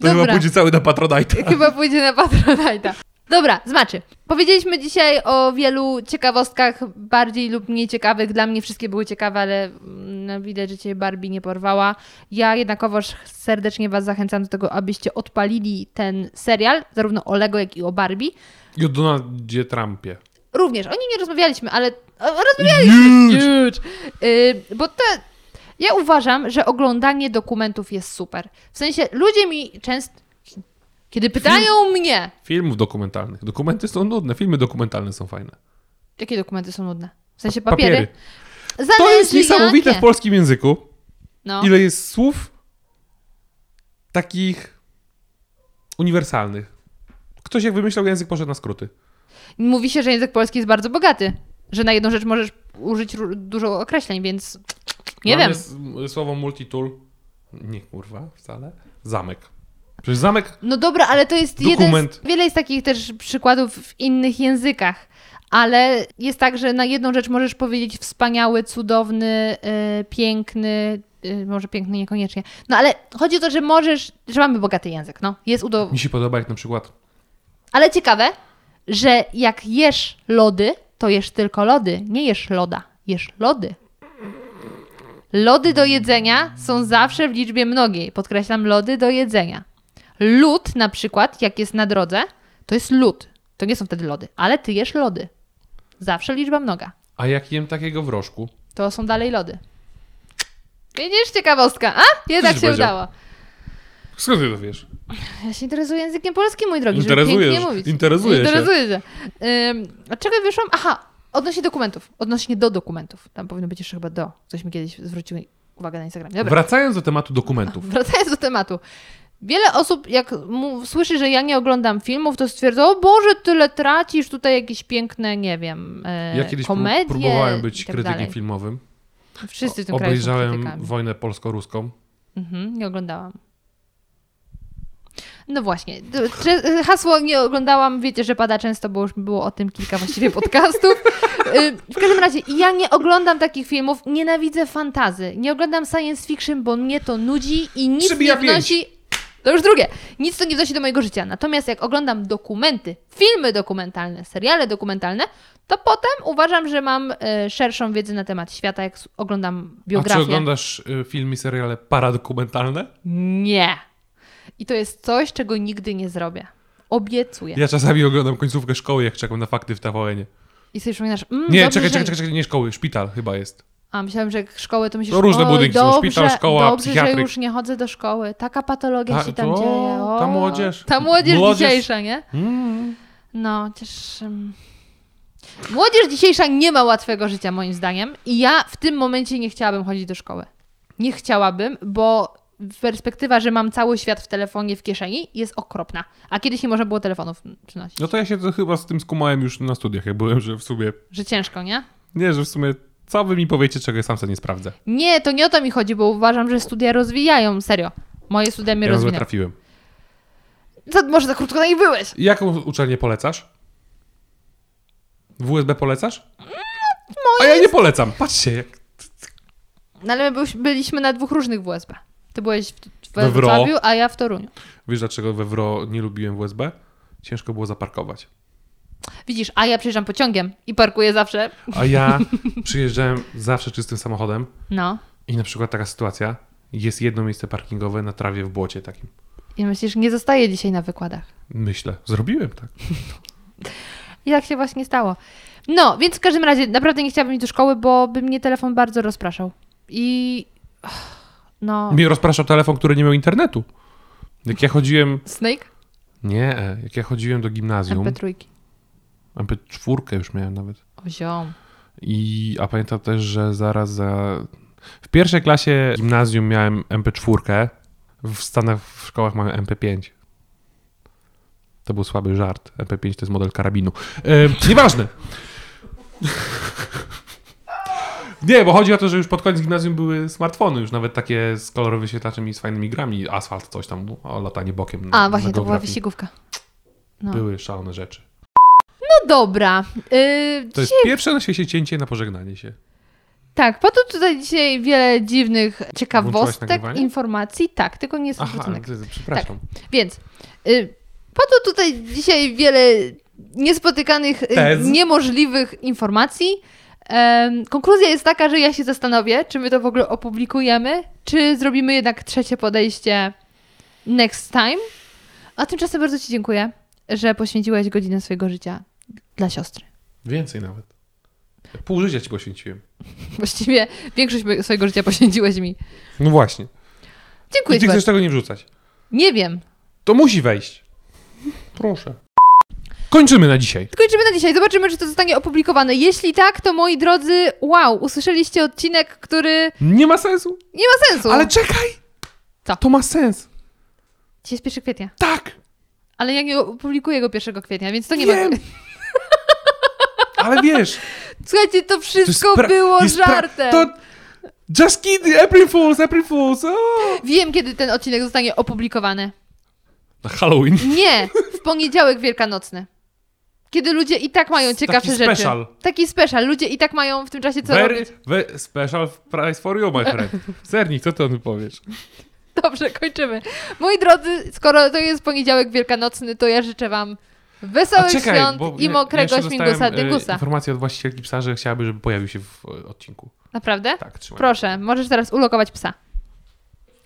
Speaker 1: To chyba pójdzie cały na Patronite.
Speaker 2: Chyba pójdzie na Patronite'a. Dobra, znaczy, powiedzieliśmy dzisiaj o wielu ciekawostkach, bardziej lub mniej ciekawych. Dla mnie wszystkie były ciekawe, ale mm, widać, że cię Barbie nie porwała. Ja jednakowoż serdecznie Was zachęcam do tego, abyście odpalili ten serial, zarówno o Lego, jak i o Barbie.
Speaker 1: I o Donaldzie Trumpie.
Speaker 2: Również, o nim nie rozmawialiśmy, ale o- rozmawialiśmy. Huge. Y, bo to, ja uważam, że oglądanie dokumentów jest super. W sensie, ludzie mi często, kiedy pytają mnie,
Speaker 1: Filmów dokumentalnych. Dokumenty są nudne, filmy dokumentalne są fajne.
Speaker 2: Jakie dokumenty są nudne? W sensie papiery.
Speaker 1: Papiery.
Speaker 2: Zależy
Speaker 1: To jest niesamowite
Speaker 2: jakie.
Speaker 1: w polskim języku,
Speaker 2: No.
Speaker 1: ile jest słów takich uniwersalnych. Ktoś jak wymyślał język, poszedł na skróty.
Speaker 2: Mówi się, że język polski jest bardzo bogaty, że na jedną rzecz możesz użyć ró- dużo określeń, więc nie
Speaker 1: Mamy
Speaker 2: wiem.
Speaker 1: s- m- y, słowo multitool. Nie kurwa, wcale. Zamek. Przecież zamek
Speaker 2: No dobra, ale to jest jeden.
Speaker 1: Dokument.
Speaker 2: Z, wiele jest takich też przykładów w innych językach. Ale jest tak, że na jedną rzecz możesz powiedzieć wspaniały, cudowny, y, piękny, y, może piękny niekoniecznie. No ale chodzi o to, że możesz, że mamy bogaty język, no. Jest udo...
Speaker 1: mi się podoba, jak na przykład
Speaker 2: Ale ciekawe, że jak jesz lody, to jesz tylko lody. Nie jesz loda, jesz lody. Lody do jedzenia są zawsze w liczbie mnogiej. Podkreślam, lody do jedzenia. Lód na przykład, jak jest na drodze, to jest lód. To nie są wtedy lody, ale ty jesz lody. Zawsze liczba mnoga.
Speaker 1: a jak jem takiego wrożku,
Speaker 2: To są dalej lody. Widzisz, ciekawostka. A? Jednak się
Speaker 1: Coś powiedział.
Speaker 2: udało.
Speaker 1: skąd ty to wiesz?
Speaker 2: Ja się interesuję językiem polskim, mój drogi,
Speaker 1: Interesujesz,
Speaker 2: żeby pięknie mówić.
Speaker 1: interesuję się.
Speaker 2: Interesuję się. Ym, od czego wyszłam? Aha, odnośnie dokumentów. Odnośnie do dokumentów. Tam powinno być jeszcze chyba do. Ktoś mi kiedyś zwrócił uwagę na Instagramie. Dobra,
Speaker 1: Wracając do tematu dokumentów.
Speaker 2: wracając do tematu. Wiele osób, jak mu, słyszy, że ja nie oglądam filmów, to stwierdza, o Boże, tyle tracisz, tutaj jakieś piękne, nie wiem, e,
Speaker 1: Ja kiedyś pró-
Speaker 2: komedie
Speaker 1: próbowałem być
Speaker 2: i tak
Speaker 1: krytykiem
Speaker 2: dalej.
Speaker 1: filmowym.
Speaker 2: Wszyscy w tym kraju są
Speaker 1: Obejrzałem
Speaker 2: krytykami.
Speaker 1: wojnę polsko-ruską.
Speaker 2: Mhm, nie oglądałam. No właśnie. d- cze- Hasło nie oglądałam, wiecie, że pada często, bo już było o tym kilka właściwie podcastów. Y, W każdym razie, ja nie oglądam takich filmów, nienawidzę fantazy, nie oglądam science fiction, bo mnie to nudzi i nic
Speaker 1: Przybija
Speaker 2: nie wnosi... To już drugie. Nic to nie wnosi do mojego życia. Natomiast jak oglądam dokumenty, filmy dokumentalne, seriale dokumentalne, to potem uważam, że mam e, szerszą wiedzę na temat świata, jak s- oglądam biografię.
Speaker 1: A czy oglądasz y, filmy i seriale paradokumentalne?
Speaker 2: Nie. I to jest coś, czego nigdy nie zrobię. Obiecuję.
Speaker 1: Ja czasami oglądam końcówkę szkoły, jak czekam na fakty w tvn -ie.
Speaker 2: I sobie przypominasz, mm,
Speaker 1: Nie,
Speaker 2: dobrze,
Speaker 1: czekaj,
Speaker 2: że...
Speaker 1: czekaj, czekaj, nie szkoły, szpital chyba jest.
Speaker 2: A, myślałam, że jak szkoły to myślisz,
Speaker 1: To No, różne
Speaker 2: oj,
Speaker 1: budynki są,
Speaker 2: dobrze,
Speaker 1: szpital, szkoła,
Speaker 2: dobrze,
Speaker 1: psychiatryk.
Speaker 2: że już nie chodzę do szkoły. Taka patologia
Speaker 1: Ta-
Speaker 2: się tam
Speaker 1: to-
Speaker 2: dzieje. O,
Speaker 1: ta młodzież. Mm.
Speaker 2: Ta młodzież,
Speaker 1: Młodzież.
Speaker 2: dzisiejsza, nie? No, chociaż... em, Młodzież dzisiejsza nie ma łatwego życia, moim zdaniem, i ja w tym momencie nie chciałabym chodzić do szkoły. Nie chciałabym, bo perspektywa, że mam cały świat w telefonie w kieszeni, jest okropna. A kiedyś nie można było telefonów przynosić.
Speaker 1: No to ja się to chyba z tym skumałem już na studiach, jak byłem, że w sumie.
Speaker 2: Że ciężko, nie?
Speaker 1: Nie, że w sumie. Co wy mi powiecie, czego ja sam sobie nie sprawdzę?
Speaker 2: Nie, to nie o to mi chodzi, bo uważam, że studia rozwijają, serio. Moje studia mnie
Speaker 1: Ja rozumiem, trafiłem.
Speaker 2: rozwijają. Za, może za krótko na nich byłeś.
Speaker 1: Jaką uczelnię polecasz? WSB polecasz? A ja nie polecam. Patrzcie, jak
Speaker 2: No ale my byłś- byliśmy na dwóch różnych WSB. Ty byłeś w, w
Speaker 1: We Wro.
Speaker 2: Wrocławiu, a ja w Toruniu.
Speaker 1: Wiesz dlaczego we WRO nie lubiłem WSB? Ciężko było zaparkować.
Speaker 2: Widzisz, a ja przyjeżdżam pociągiem i parkuję zawsze.
Speaker 1: A ja przyjeżdżałem zawsze czystym samochodem
Speaker 2: No.
Speaker 1: i na przykład taka sytuacja, jest jedno miejsce parkingowe na trawie w błocie takim.
Speaker 2: I myślisz, nie zostaję dzisiaj na wykładach.
Speaker 1: Myślę, zrobiłem tak.
Speaker 2: I tak się właśnie stało. No, więc w każdym razie naprawdę nie chciałabym iść do szkoły, bo by mnie telefon bardzo rozpraszał. I... No...
Speaker 1: Mnie rozpraszał telefon, który nie miał internetu. Jak ja chodziłem,
Speaker 2: Snake?
Speaker 1: nie, e, jak ja chodziłem do gimnazjum,
Speaker 2: MP3.
Speaker 1: MP4 już miałem nawet.
Speaker 2: O ziom.
Speaker 1: I, a pamiętam też, że zaraz za... W pierwszej klasie gimnazjum miałem MP4, w Stanach w szkołach mamy MP5. To był słaby żart. MP5 to jest model karabinu. Yy, nieważne! Nie, bo chodzi o to, że już pod koniec gimnazjum były smartfony, już nawet takie z kolorowym wyświetlaczem i z fajnymi grami, asfalt, coś tam, no, o latanie bokiem. na-
Speaker 2: A,
Speaker 1: na
Speaker 2: właśnie, to była
Speaker 1: No, geografii.
Speaker 2: wyścigówka. No,
Speaker 1: Były szalone rzeczy.
Speaker 2: no dobra. Yy,
Speaker 1: To jest pierwsze na świecie cięcie na pożegnanie się.
Speaker 2: Tak, po to tutaj dzisiaj wiele dziwnych ciekawostek,
Speaker 1: nagrywanie?
Speaker 2: informacji. Tak, tylko nie jest
Speaker 1: Aha,
Speaker 2: odwróconek.
Speaker 1: ty- przepraszam.
Speaker 2: Więc y, po to tutaj dzisiaj wiele niespotykanych, y,
Speaker 1: Tez.
Speaker 2: niemożliwych informacji. Em, konkluzja jest taka, że ja się zastanowię, czy my to w ogóle opublikujemy, czy zrobimy jednak trzecie podejście next time. A tymczasem bardzo Ci dziękuję, że poświęciłeś godzinę swojego życia dla siostry.
Speaker 1: Więcej nawet. Pół życia ci poświęciłem.
Speaker 2: Właściwie większość mojego- swojego życia poświęciłeś mi.
Speaker 1: No właśnie.
Speaker 2: Dziękuję
Speaker 1: I ty
Speaker 2: Ci
Speaker 1: chcesz
Speaker 2: bardzo.
Speaker 1: tego nie wrzucać.
Speaker 2: Nie wiem.
Speaker 1: To musi wejść. Proszę. Kończymy na dzisiaj.
Speaker 2: Kończymy na dzisiaj. Zobaczymy, czy to zostanie opublikowane. Jeśli tak, to moi drodzy, wow, usłyszeliście odcinek, który
Speaker 1: Nie ma sensu.
Speaker 2: nie ma sensu.
Speaker 1: Ale czekaj!
Speaker 2: Co?
Speaker 1: To ma sens.
Speaker 2: Dzisiaj jest 1 kwietnia.
Speaker 1: Tak!
Speaker 2: Ale ja nie opublikuję go 1 kwietnia, więc to nie
Speaker 1: Wiem.
Speaker 2: ma...
Speaker 1: Ale wiesz...
Speaker 2: Słuchajcie, to
Speaker 1: to jest
Speaker 2: wszystko
Speaker 1: pra-
Speaker 2: było
Speaker 1: jest pra-
Speaker 2: żartem.
Speaker 1: To... Just kidding, April Fools, April Fools. o!
Speaker 2: Wiem, kiedy ten odcinek zostanie opublikowany.
Speaker 1: Na Halloween.
Speaker 2: Nie, w poniedziałek wielkanocny. Kiedy ludzie i tak mają
Speaker 1: Taki
Speaker 2: ciekawsze rzeczy.
Speaker 1: special.
Speaker 2: Taki special. Ludzie i tak mają w tym czasie co
Speaker 1: Very,
Speaker 2: robić.
Speaker 1: very special price for you, my friend. Sernik, co ty o tym powiesz?
Speaker 2: Dobrze, kończymy. Moi drodzy, skoro to jest poniedziałek wielkanocny, to ja życzę wam wesołych świąt i
Speaker 1: ja-
Speaker 2: mokrego
Speaker 1: ja jeszcze
Speaker 2: śmigusa
Speaker 1: dostałem, e,
Speaker 2: dygusa.
Speaker 1: informację od właścicielki psa, że chciałaby, żeby pojawił się w e, odcinku.
Speaker 2: Naprawdę?
Speaker 1: Tak, trzymaj.
Speaker 2: Proszę, możesz teraz ulokować psa.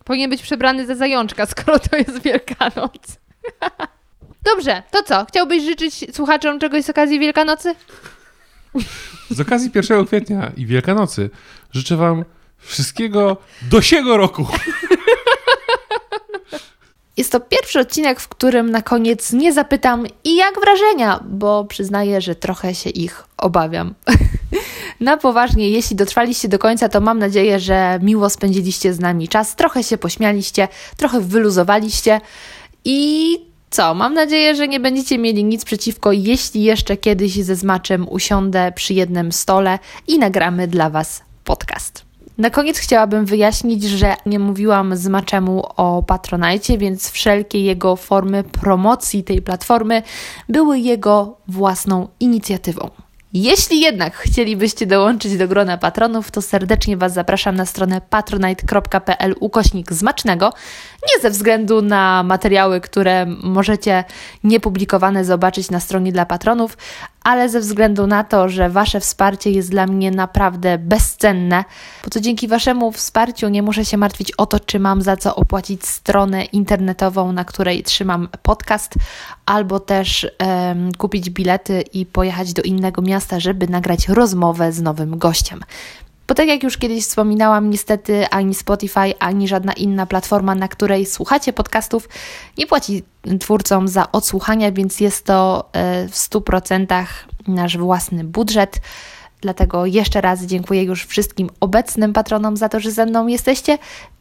Speaker 2: Powinien być przebrany za zajączka, skoro to jest Wielkanoc. Dobrze, to co? Chciałbyś życzyć słuchaczom czegoś z okazji Wielkanocy?
Speaker 1: Z okazji 1 kwietnia i Wielkanocy życzę Wam wszystkiego do siego roku.
Speaker 5: Jest to pierwszy odcinek, w którym na koniec nie zapytam i jak wrażenia, bo przyznaję, że trochę się ich obawiam. na poważnie, jeśli dotrwaliście do końca, to mam nadzieję, że miło spędziliście z nami czas, trochę się pośmialiście, trochę wyluzowaliście i co? Mam nadzieję, że nie będziecie mieli nic przeciwko, jeśli jeszcze kiedyś ze zmaczem usiądę przy jednym stole i nagramy dla Was podcast. Na koniec chciałabym wyjaśnić, że nie mówiłam z Maczemu o Patronajcie, więc wszelkie jego formy promocji tej platformy były jego własną inicjatywą. Jeśli jednak chcielibyście dołączyć do grona patronów, to serdecznie Was zapraszam na stronę patronite.pl ukośnik zmacznego. Nie ze względu na materiały, które możecie niepublikowane zobaczyć na stronie dla patronów, ale ze względu na to, że Wasze wsparcie jest dla mnie naprawdę bezcenne, bo to dzięki Waszemu wsparciu nie muszę się martwić o to, czy mam za co opłacić stronę internetową, na której trzymam podcast, albo też em, kupić bilety i pojechać do innego miasta, żeby nagrać rozmowę z nowym gościem. Bo tak jak już kiedyś wspominałam, niestety ani Spotify, ani żadna inna platforma, na której słuchacie podcastów, nie płaci twórcom za odsłuchania, więc jest to e, w 100% nasz własny budżet. Dlatego jeszcze raz dziękuję już wszystkim obecnym patronom za to, że ze mną jesteście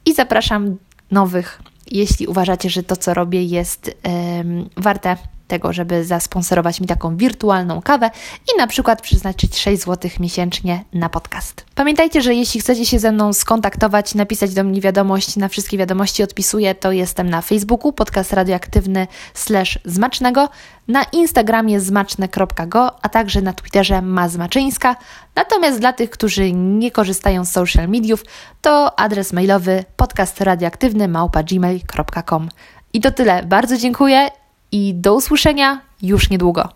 Speaker 5: i zapraszam nowych, jeśli uważacie, że to, co robię, jest em, warte tego, żeby zasponsorować mi taką wirtualną kawę i na przykład przeznaczyć 6 zł miesięcznie na podcast. Pamiętajcie, że jeśli chcecie się ze mną skontaktować, napisać do mnie wiadomość, na wszystkie wiadomości odpisuję, to jestem na Facebooku podcast radioaktywny slash zmacznego, na Instagramie zmaczne.go, a także na Twitterze mazmaczyńska. Natomiast dla tych, którzy nie korzystają z social mediów, to adres mailowy podcastradioaktywny małpa gmail.com. I to tyle. Bardzo dziękuję i do usłyszenia już niedługo.